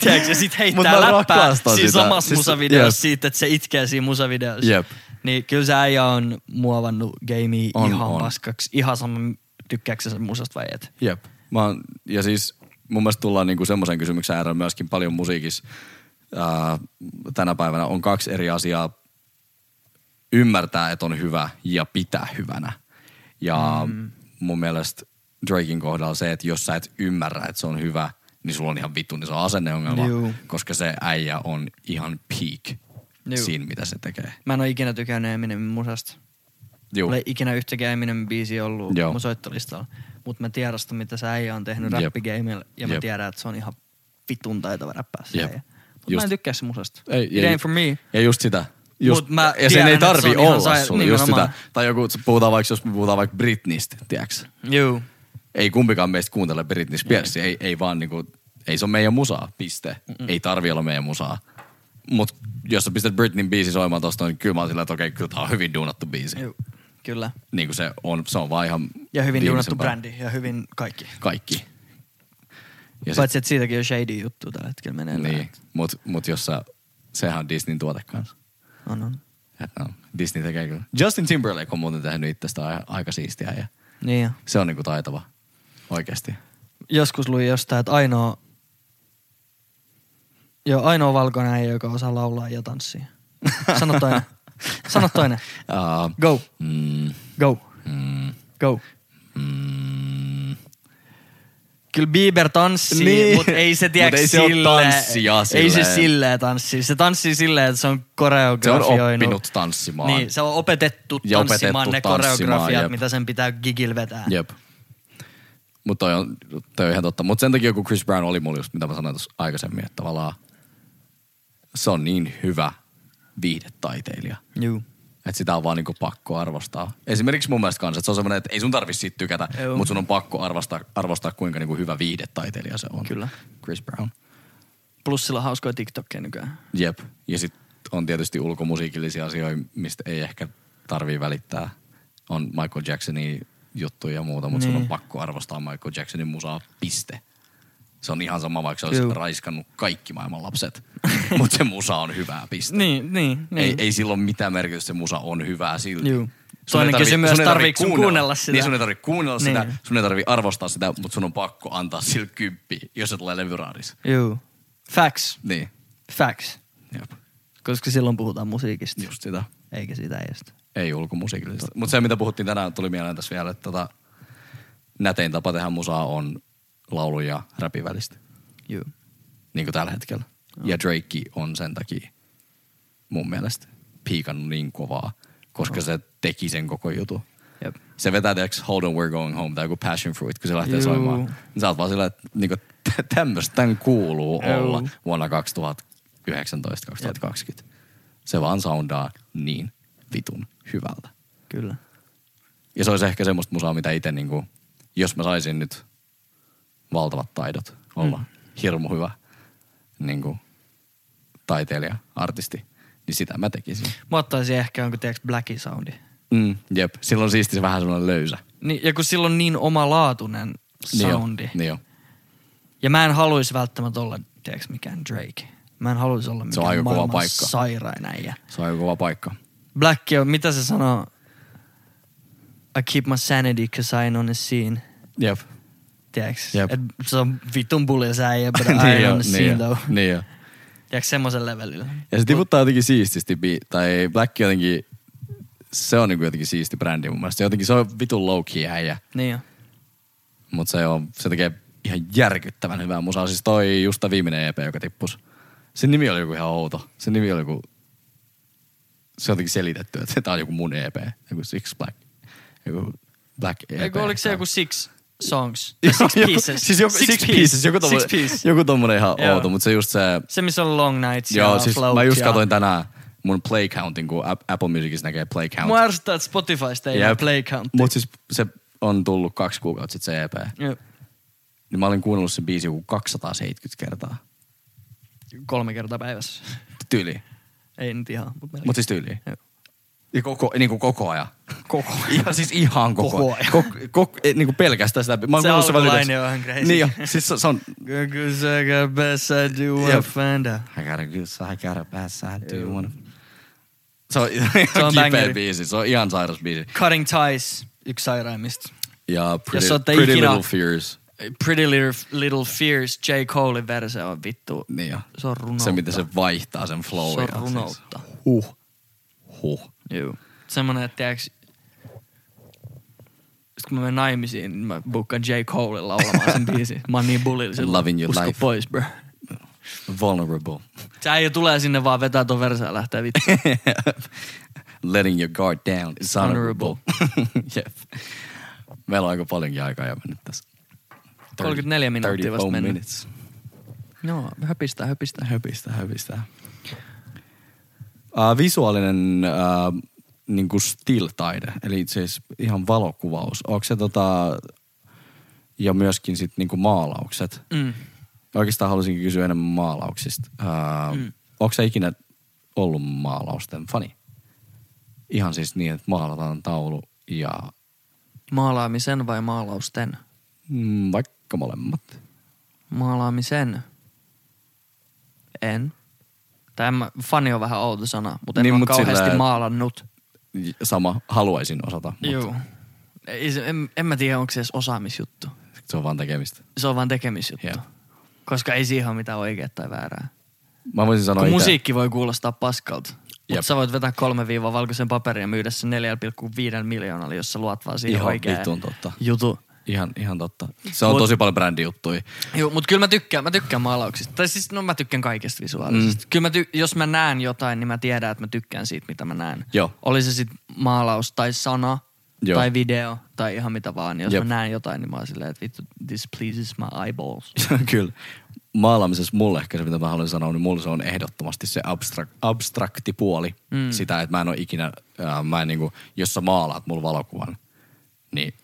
[SPEAKER 2] Tiedätkö, ja sit
[SPEAKER 4] Mut
[SPEAKER 2] heittää
[SPEAKER 4] mä
[SPEAKER 2] läppää
[SPEAKER 4] rakastan
[SPEAKER 2] siinä
[SPEAKER 4] sitä.
[SPEAKER 2] samassa
[SPEAKER 4] Siis-
[SPEAKER 2] musavideossa
[SPEAKER 4] jep.
[SPEAKER 2] siitä, että se itkee siinä musavideossa.
[SPEAKER 4] Jep.
[SPEAKER 2] Niin kyllä se äijä on muovannut gamea
[SPEAKER 4] On,
[SPEAKER 2] ihan
[SPEAKER 4] on.
[SPEAKER 2] paskaksi. Ihan sama, tykkääkö sä sen musasta vai et.
[SPEAKER 4] Jep. Mä oon, ja siis mun mielestä tullaan niinku semmoisen kysymyksen äärellä myöskin paljon musiikissa ää, tänä päivänä. On kaksi eri asiaa ymmärtää, että on hyvä ja pitää hyvänä. Ja mm. mun mielestä Drakein kohdalla se, että jos sä et ymmärrä, että se on hyvä, niin sulla on ihan vittu, niin se on asenneongelma,
[SPEAKER 2] Juu.
[SPEAKER 4] koska se äijä on ihan peak
[SPEAKER 2] Juu.
[SPEAKER 4] siinä, mitä se tekee.
[SPEAKER 2] Mä en ole ikinä tykännyt Eminemin musasta.
[SPEAKER 4] Juu.
[SPEAKER 2] Mulla ei ikinä yhtäkään Eminem biisi ollut
[SPEAKER 4] Joo.
[SPEAKER 2] Joo. mun soittolistalla. Mutta mä tiedostan, mitä se äijä on tehnyt
[SPEAKER 4] Jep.
[SPEAKER 2] rappigameilla. Ja mä
[SPEAKER 4] Jep.
[SPEAKER 2] tiedän, että se on ihan vitun taitava räppää se
[SPEAKER 4] Jep.
[SPEAKER 2] äijä. Mutta
[SPEAKER 4] Just-
[SPEAKER 2] mä en tykkää se musasta.
[SPEAKER 4] Ei,
[SPEAKER 2] It
[SPEAKER 4] ja,
[SPEAKER 2] ain't for me.
[SPEAKER 4] Ja just sitä. Just,
[SPEAKER 2] Mut mä
[SPEAKER 4] ja sen
[SPEAKER 2] tiedän,
[SPEAKER 4] ei
[SPEAKER 2] että
[SPEAKER 4] tarvi
[SPEAKER 2] se on ihan
[SPEAKER 4] olla
[SPEAKER 2] sai-
[SPEAKER 4] sulla, just sitä.
[SPEAKER 2] nimenomaan.
[SPEAKER 4] Tai joku, puhutaan vaikka, jos me puhutaan vaikka Britneystä, tiiäks.
[SPEAKER 2] Juu.
[SPEAKER 4] Ei kumpikaan meistä kuuntele Britney Spearsia, ei, ei vaan niinku, ei se ole meidän musaa, piste. Mm-mm. Ei tarvi olla meidän musaa. Mut jos sä pistät Britneyn biisi soimaan tosta, niin kyllä mä oon sillä, että okei, kyllä tää on hyvin duunattu biisi.
[SPEAKER 2] Juu, kyllä.
[SPEAKER 4] Niin kuin se on, se on vaan ihan
[SPEAKER 2] Ja hyvin duunattu
[SPEAKER 4] viimeisimpään.
[SPEAKER 2] brändi ja hyvin kaikki.
[SPEAKER 4] Kaikki. Ja sit,
[SPEAKER 2] Paitsi, että siitäkin on shady juttu tällä hetkellä menee.
[SPEAKER 4] niin, mut, mut jos sä, sehän on Disneyn tuote kanssa.
[SPEAKER 2] On, on.
[SPEAKER 4] Ja, No, Disney tekee kyllä. Justin Timberlake on muuten tehnyt itsestä aika, aika siistiä ja
[SPEAKER 2] Niin jo.
[SPEAKER 4] se on niinku taitava oikeasti.
[SPEAKER 2] Joskus luin jostain, että ainoa, joo, ainoa valkoinen äijä, joka osaa laulaa ja tanssia.
[SPEAKER 4] (laughs)
[SPEAKER 2] Sano toinen. Sano toinen.
[SPEAKER 4] Uh,
[SPEAKER 2] Go,
[SPEAKER 4] mm,
[SPEAKER 2] go,
[SPEAKER 4] mm,
[SPEAKER 2] go.
[SPEAKER 4] mm.
[SPEAKER 2] Kyllä Bieber tanssii,
[SPEAKER 4] Niin.
[SPEAKER 2] niin. mutta ei se tiedä
[SPEAKER 4] Mut ei se oo tanssia
[SPEAKER 2] Ei se
[SPEAKER 4] silleen.
[SPEAKER 2] silleen tanssi. Se tanssii silleen, että se on
[SPEAKER 4] Se on
[SPEAKER 2] koreografioinut.
[SPEAKER 4] oppinut tanssimaan.
[SPEAKER 2] Niin, se on opetettu
[SPEAKER 4] Ja
[SPEAKER 2] ja
[SPEAKER 4] opetettu
[SPEAKER 2] tanssimaan ne
[SPEAKER 4] tanssimaan,
[SPEAKER 2] koreografiat,
[SPEAKER 4] jep.
[SPEAKER 2] mitä sen pitää gigil vetää.
[SPEAKER 4] Jep. Mutta toi on, toi on ihan totta. Mutta sen takia joku Chris Brown oli mulla just, mitä mä sanoin tuossa aikaisemmin, että tavallaan se on niin hyvä viihdetaiteilija.
[SPEAKER 2] Juu.
[SPEAKER 4] Että sitä on vaan niinku pakko arvostaa. Esimerkiksi mun mielestä kanssa, että se on semmoinen, että ei sun tarvi siitä tykätä,
[SPEAKER 2] Joo.
[SPEAKER 4] mutta sun on pakko arvostaa, arvostaa kuinka niinku hyvä viihdetaiteilija se on.
[SPEAKER 2] Kyllä.
[SPEAKER 4] Chris Brown.
[SPEAKER 2] Plus sillä on hauskoja TikTokia nykyään.
[SPEAKER 4] Jep. Ja sit on tietysti ulkomusiikillisia asioita, mistä ei ehkä tarvii välittää. On Michael Jacksonin juttuja ja muuta, mutta niin. sun on
[SPEAKER 2] Niin.
[SPEAKER 4] pakko arvostaa Michael Jacksonin musaa, piste. Se on ihan sama, vaikka se olisi
[SPEAKER 2] Juu.
[SPEAKER 4] raiskannut kaikki maailman lapset. (laughs) mutta se musa on hyvää, piste.
[SPEAKER 2] Niin, niin, niin.
[SPEAKER 4] Ei, ei silloin mitään merkitystä, se musa on hyvää silti.
[SPEAKER 2] Juu. Toinen
[SPEAKER 4] tarvi-
[SPEAKER 2] kysymys,
[SPEAKER 4] sun ei tarvi
[SPEAKER 2] tarviiko sun kuunnella sitä?
[SPEAKER 4] Niin, sun ei tarvitse kuunnella niin. sitä,
[SPEAKER 2] Niin.
[SPEAKER 4] sun ei tarvitse arvostaa sitä, mutta sun on pakko antaa sille kymppi, jos se tulee levyraadissa.
[SPEAKER 2] Juu. Facts.
[SPEAKER 4] Niin,
[SPEAKER 2] Facts.
[SPEAKER 4] Jep.
[SPEAKER 2] Koska silloin puhutaan musiikista.
[SPEAKER 4] just sitä.
[SPEAKER 2] Eikä siitä äijästä.
[SPEAKER 4] Ei ulkomusiikillisesti. Mutta se, mitä puhuttiin tänään, tuli mieleen tässä vielä, että tota, nätein tapa tehdä musaa on laulu ja räpin välistä.
[SPEAKER 2] Juu.
[SPEAKER 4] Niin kuin tällä hetkellä. Ja Drake on sen takia mun mielestä piikannut niin kovaa, koska se teki sen koko jutun.
[SPEAKER 2] Jep.
[SPEAKER 4] Se vetää tiiäks Hold on, we're going home tai joku Passion Fruit, kun se lähtee
[SPEAKER 2] Juu.
[SPEAKER 4] soimaan. Niin sä oot vaan sillä, että niinku, tä- tämmöstä tän kuuluu
[SPEAKER 2] Juu.
[SPEAKER 4] olla vuonna 2019-2020. Se vaan soundaa niin vitun hyvältä.
[SPEAKER 2] Kyllä.
[SPEAKER 4] Ja se olisi ehkä semmoista musaa, mitä itse, niinku, jos mä saisin nyt valtavat taidot olla mm. hirmu hyvä niinku, taiteilija, artisti, niin sitä mä tekisin.
[SPEAKER 2] Mä ottaisin ehkä jonkun, tiedäks, Blackie soundi.
[SPEAKER 4] Mm, jep, silloin siisti se vähän semmoinen löysä.
[SPEAKER 2] Niin, ja kun sillä on niin omalaatuinen soundi.
[SPEAKER 4] Niin jo, niin jo.
[SPEAKER 2] Ja mä en haluaisi välttämättä olla, tiedäks, mikään Drake. Mä en haluaisi olla
[SPEAKER 4] Se on aika
[SPEAKER 2] mikään
[SPEAKER 4] kova
[SPEAKER 2] maailman
[SPEAKER 4] paikka.
[SPEAKER 2] sairain äijä.
[SPEAKER 4] Se on aika kova paikka.
[SPEAKER 2] Black on, mitä se sanoo? I keep my sanity cause I ain't on the scene.
[SPEAKER 4] Jep. (laughs)
[SPEAKER 2] Tiedäks?
[SPEAKER 4] Jep.
[SPEAKER 2] Et se on vitun buljas äijä,
[SPEAKER 4] (laughs)
[SPEAKER 2] but I ain't on the scene
[SPEAKER 4] niin, jo,
[SPEAKER 2] though.
[SPEAKER 4] niin jo.
[SPEAKER 2] Tiedäks semmoisen levelillä?
[SPEAKER 4] Ja se tiputtaa jotenkin siististi, bi- tai Black jotenkin, se on niinku jotenkin siisti brändi mun mielestä. Jotenkin se on vitun low-key äijä.
[SPEAKER 2] Niin jo.
[SPEAKER 4] Mutta se, on, se tekee ihan järkyttävän hyvää musaa. Siis toi just tää viimeinen EP, joka tippus. Sen nimi oli joku ihan outo. Sen nimi oli joku... Se on jotenkin selitetty, että tää on joku mun EP. Joku Six Black. Joku Black E EP.
[SPEAKER 2] Eiku, oliko se joku six songs?
[SPEAKER 4] (laughs) Joo,
[SPEAKER 2] Tai six
[SPEAKER 4] joku-
[SPEAKER 2] pieces?
[SPEAKER 4] Siis joku, six, pieces. Joku, tommonen,
[SPEAKER 2] six piece.
[SPEAKER 4] joku tommonen ihan
[SPEAKER 2] Joo.
[SPEAKER 4] outo, mutta se just se...
[SPEAKER 2] Se, missä on long nights
[SPEAKER 4] Joo,
[SPEAKER 2] ja
[SPEAKER 4] siis
[SPEAKER 2] float
[SPEAKER 4] mä just
[SPEAKER 2] ja...
[SPEAKER 4] katsoin tänään mun play countin, kun App- Apple Musicissa näkee play count.
[SPEAKER 2] Mua ärsyttää, että Spotifysta ei ole play count.
[SPEAKER 4] Mutta siis se on tullut kaksi kuukautta sitten se E EP.
[SPEAKER 2] Joo,
[SPEAKER 4] Niin mä olin kuunnellut sen biisin joku 270 kertaa.
[SPEAKER 2] Kolme kertaa päivässä.
[SPEAKER 4] Tyyli.
[SPEAKER 2] Ei nyt ihan, mutta melkein.
[SPEAKER 4] Mutta siis tyyli.
[SPEAKER 2] Joo.
[SPEAKER 4] Ja koko, niin kuin koko
[SPEAKER 2] (laughs)
[SPEAKER 4] ajan.
[SPEAKER 2] Koko ajan.
[SPEAKER 4] Ihan siis ihan koko,
[SPEAKER 2] Koko
[SPEAKER 4] ajan.
[SPEAKER 2] ajan.
[SPEAKER 4] Koko, koko, eh, niin kuin pelkästään sitä. Mä oon
[SPEAKER 2] Se
[SPEAKER 4] kuunnellut sen välillä-
[SPEAKER 2] alkulainen on ihan crazy.
[SPEAKER 4] Niin jo, siis se, se
[SPEAKER 2] (laughs)
[SPEAKER 4] on...
[SPEAKER 2] Cause I got best I do
[SPEAKER 4] Jep.
[SPEAKER 2] wanna find out.
[SPEAKER 4] I got a good side, I got a bad side, do you wanna... Se on (laughs) ihan
[SPEAKER 2] Se on
[SPEAKER 4] kipeä
[SPEAKER 2] bangeri.
[SPEAKER 4] biisi, se on ihan sairas biisi.
[SPEAKER 2] Cutting Ties, yksi sairaimmista.
[SPEAKER 4] Ja Pretty,
[SPEAKER 2] Jos ootte
[SPEAKER 4] pretty
[SPEAKER 2] ikinä-
[SPEAKER 4] Little Fears.
[SPEAKER 2] Pretty Little, little Fears, J. Colein versio on vittu.
[SPEAKER 4] Niin jo.
[SPEAKER 2] Se on runoutta.
[SPEAKER 4] Se, miten se vaihtaa sen flow. siis.
[SPEAKER 2] Se on runoutta.
[SPEAKER 4] Huh. Huh.
[SPEAKER 2] Juu. Semmonen, että tiiäks, sit kun mä menen naimisiin, niin mä buukkaan J. Colein laulamaan sen biisin. Mä oon niin bullillisella.
[SPEAKER 4] Loving your
[SPEAKER 2] Usko
[SPEAKER 4] life.
[SPEAKER 2] pois, bro.
[SPEAKER 4] Vulnerable.
[SPEAKER 2] Se äijä tulee sinne vaan vetää ton versen ja lähtee vittu.
[SPEAKER 4] (laughs) Letting your guard down is honorable. (laughs)
[SPEAKER 2] Honorable.
[SPEAKER 4] Jep. Meillä on aika paljonkin aikaa ja mennyt tässä.
[SPEAKER 2] 34 minuuttia vasta
[SPEAKER 4] 34
[SPEAKER 2] mennyt.
[SPEAKER 4] minutes.
[SPEAKER 2] No, höpistää, höpistää.
[SPEAKER 4] Höpistää, höpistää. Uh, Äh, visuaalinen uh, niin kuin still-taide, eli siis ihan valokuvaus. Onko se tota, ja myöskin sit niin kuin maalaukset.
[SPEAKER 2] Mm.
[SPEAKER 4] Oikeastaan haluaisinkin kysyä enemmän maalauksista. Uh, mm. onko se ikinä ollut maalausten fani? Ihan siis niin, että maalataan taulu ja
[SPEAKER 2] Maalaamisen vai maalausten?
[SPEAKER 4] mm, vaikka molemmat.
[SPEAKER 2] Maalaamisen. En. Tämä fani on vähän outo sana, mutta
[SPEAKER 4] Niin,
[SPEAKER 2] en niin, ole
[SPEAKER 4] mut
[SPEAKER 2] kauheasti
[SPEAKER 4] sillä-
[SPEAKER 2] maalannut.
[SPEAKER 4] Sama, haluaisin osata, mutta
[SPEAKER 2] Joo. Ei se- En, en mä tiedä, onko se edes osaamisjuttu.
[SPEAKER 4] se on vaan tekemistä.
[SPEAKER 2] Se on vaan tekemisjuttu.
[SPEAKER 4] Joo.
[SPEAKER 2] Koska ei siihen ole mitään oikeaa tai väärää.
[SPEAKER 4] Mä voisin sanoa
[SPEAKER 2] Kun
[SPEAKER 4] ite-
[SPEAKER 2] musiikki voi kuulostaa paskalta. Mutta
[SPEAKER 4] Jep.
[SPEAKER 2] sä voit vetää kolme viivaa valkoisen paperin ja myydä sen 4,5 miljoonalla, jos sä luot vaan siihen
[SPEAKER 4] Ihan
[SPEAKER 2] oikein
[SPEAKER 4] vitun totta.
[SPEAKER 2] jutu.
[SPEAKER 4] Ihan, ihan totta. Se on
[SPEAKER 2] Mut-
[SPEAKER 4] tosi paljon brändijuttuja.
[SPEAKER 2] Joo, mutta kyllä mä tykkään, mä tykkään maalauksista. Tai siis, no mä tykkään kaikesta visuaalisesta. Mm. Kyllä mä ty- jos mä näen jotain, niin mä tiedän, että mä tykkään siitä, mitä mä näen.
[SPEAKER 4] Joo.
[SPEAKER 2] Oli se sitten maalaus tai sana
[SPEAKER 4] Joo.
[SPEAKER 2] tai video tai ihan mitä vaan. Niin jos
[SPEAKER 4] Jep.
[SPEAKER 2] mä näen jotain, niin mä oon silleen, että vittu, this pleases my eyeballs.
[SPEAKER 4] (laughs) Kyllä. Maalaamisessa mulle ehkä se, mitä mä haluan sanoa, niin mulle se on ehdottomasti se abstrak, abstrakti puoli. Mm. Sitä, että mä en ole ikinä, äh, mä en niinku, jos sä maalaat mulla valokuvan, (laughs) niin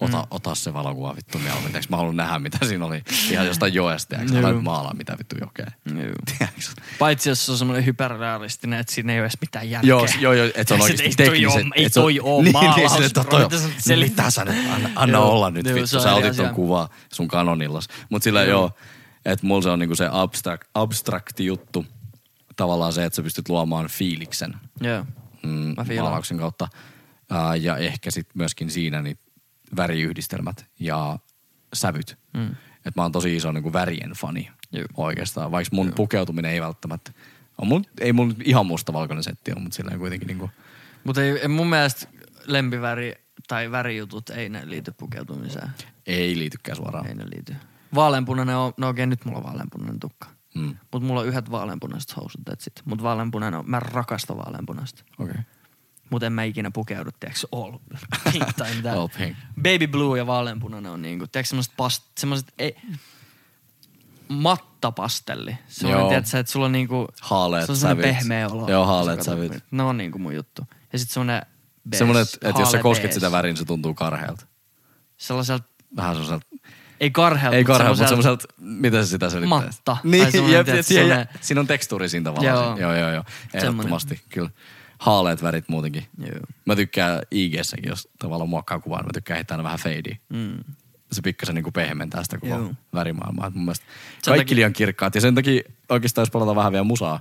[SPEAKER 4] ota, mm. ota se valokuva vittu mieluummin. tiiäks. Mä haluan nähdä, mitä siinä oli ihan (laughs) jostain joesta. Eikö mä nyt maalaa mitä vittu jokea? (laughs) Tiiäks?
[SPEAKER 2] Paitsi jos se on semmoinen hyperrealistinen, että siinä ei ole edes mitään järkeä.
[SPEAKER 4] Joo, joo, joo, että se
[SPEAKER 2] (laughs)
[SPEAKER 4] on
[SPEAKER 2] Sit
[SPEAKER 4] oikeasti
[SPEAKER 2] ei toi
[SPEAKER 4] tekniset.
[SPEAKER 2] oo- ei
[SPEAKER 4] et se on-
[SPEAKER 2] toi
[SPEAKER 4] (laughs)
[SPEAKER 2] oo
[SPEAKER 4] niin,
[SPEAKER 2] maalaus,
[SPEAKER 4] Niin, sille, että
[SPEAKER 2] bro,
[SPEAKER 4] toi on,
[SPEAKER 2] mitä sä
[SPEAKER 4] niin,
[SPEAKER 2] selittät?
[SPEAKER 4] mitä sä nyt, anna, anna
[SPEAKER 2] Joo,
[SPEAKER 4] olla nyt
[SPEAKER 2] joo, se
[SPEAKER 4] vittu,
[SPEAKER 2] on
[SPEAKER 4] sä
[SPEAKER 2] eri
[SPEAKER 4] otit ton
[SPEAKER 2] asia.
[SPEAKER 4] kuvaa sun kanonillas. Mut sillä joo, että mulla se on niinku se abstrak, abstrakti juttu, tavallaan se, että sä pystyt luomaan fiiliksen
[SPEAKER 2] Joo.
[SPEAKER 4] mm,
[SPEAKER 2] Mä fiilaan.
[SPEAKER 4] maalauksen kautta. Ää, ja ehkä sitten myöskin siinä niin väriyhdistelmät ja sävyt. Mm. Et mä oon tosi iso niin värien fani
[SPEAKER 2] Juu.
[SPEAKER 4] oikeastaan, vaikka mun pukeutuminen ei välttämättä, on mun, ei mun nyt ihan mustavalkoinen setti on, mutta silleen kuitenkin niin kuin,
[SPEAKER 2] Mutta ei, ei mun mielestä lempiväri tai värijutut ei ne liity pukeutumiseen.
[SPEAKER 4] Ei liitykään suoraan.
[SPEAKER 2] Ei ne liity. Vaaleanpunainen on, no okei nyt mulla on vaaleanpunainen tukka.
[SPEAKER 4] Mm.
[SPEAKER 2] Mutta mulla on yhdet vaaleanpunaiset housut, that's it. Mutta vaaleanpunainen on, mä rakastan vaaleanpunaista.
[SPEAKER 4] Okei.
[SPEAKER 2] Mutta en mä ikinä pukeudu, tiiäks, all (laughs) pink tai mitään.
[SPEAKER 4] All pink.
[SPEAKER 2] Baby blue ja vaaleanpunainen on niinku, tiiäks, semmoset past, semmoset, ei, mattapastelli. Se on,
[SPEAKER 4] Joo.
[SPEAKER 2] tiiätkö, että sulla on niinku,
[SPEAKER 4] Haaleat
[SPEAKER 2] se on semmonen
[SPEAKER 4] sävyt.
[SPEAKER 2] pehmeä olo.
[SPEAKER 4] Joo, haaleat
[SPEAKER 2] Kun sä katsot
[SPEAKER 4] sävyt.
[SPEAKER 2] niitä. Ne on niinku mun juttu. Ja sit semmonen bees,
[SPEAKER 4] Semmoinen, että, että jos sä
[SPEAKER 2] haale
[SPEAKER 4] kosket
[SPEAKER 2] bees.
[SPEAKER 4] sitä värin, se tuntuu karhealta.
[SPEAKER 2] Sellaiselta,
[SPEAKER 4] Vähän semmoiselta,
[SPEAKER 2] ei karhealta,
[SPEAKER 4] ei
[SPEAKER 2] mut
[SPEAKER 4] karhealta, mutta
[SPEAKER 2] semmoselta-
[SPEAKER 4] semmoiselta, mitä se sitä selittää?
[SPEAKER 2] Matta. Tai
[SPEAKER 4] Niin,
[SPEAKER 2] semmoinen,
[SPEAKER 4] jep,
[SPEAKER 2] tiedät,
[SPEAKER 4] jep, siihen, jep,
[SPEAKER 2] semmoinen-
[SPEAKER 4] siinä on tekstuuri siinä tavallaan.
[SPEAKER 2] Joo.
[SPEAKER 4] Joo, joo, joo. joo. Ehdottomasti, kyllä. Haaleet värit muutenkin.
[SPEAKER 2] Joo.
[SPEAKER 4] Mä tykkään IG-säkin, jos tavallaan muokkaa kuvaa, niin mä tykkään heittää aina vähän fadea. Mm. Se pikkasen niin kuin pehmentää sitä koko
[SPEAKER 2] Joo.
[SPEAKER 4] värimaailmaa. Et mun mielestä kaikki
[SPEAKER 2] takia-
[SPEAKER 4] liian kirkkaat. Ja sen takia oikeastaan, jos palataan vähän vielä musaa,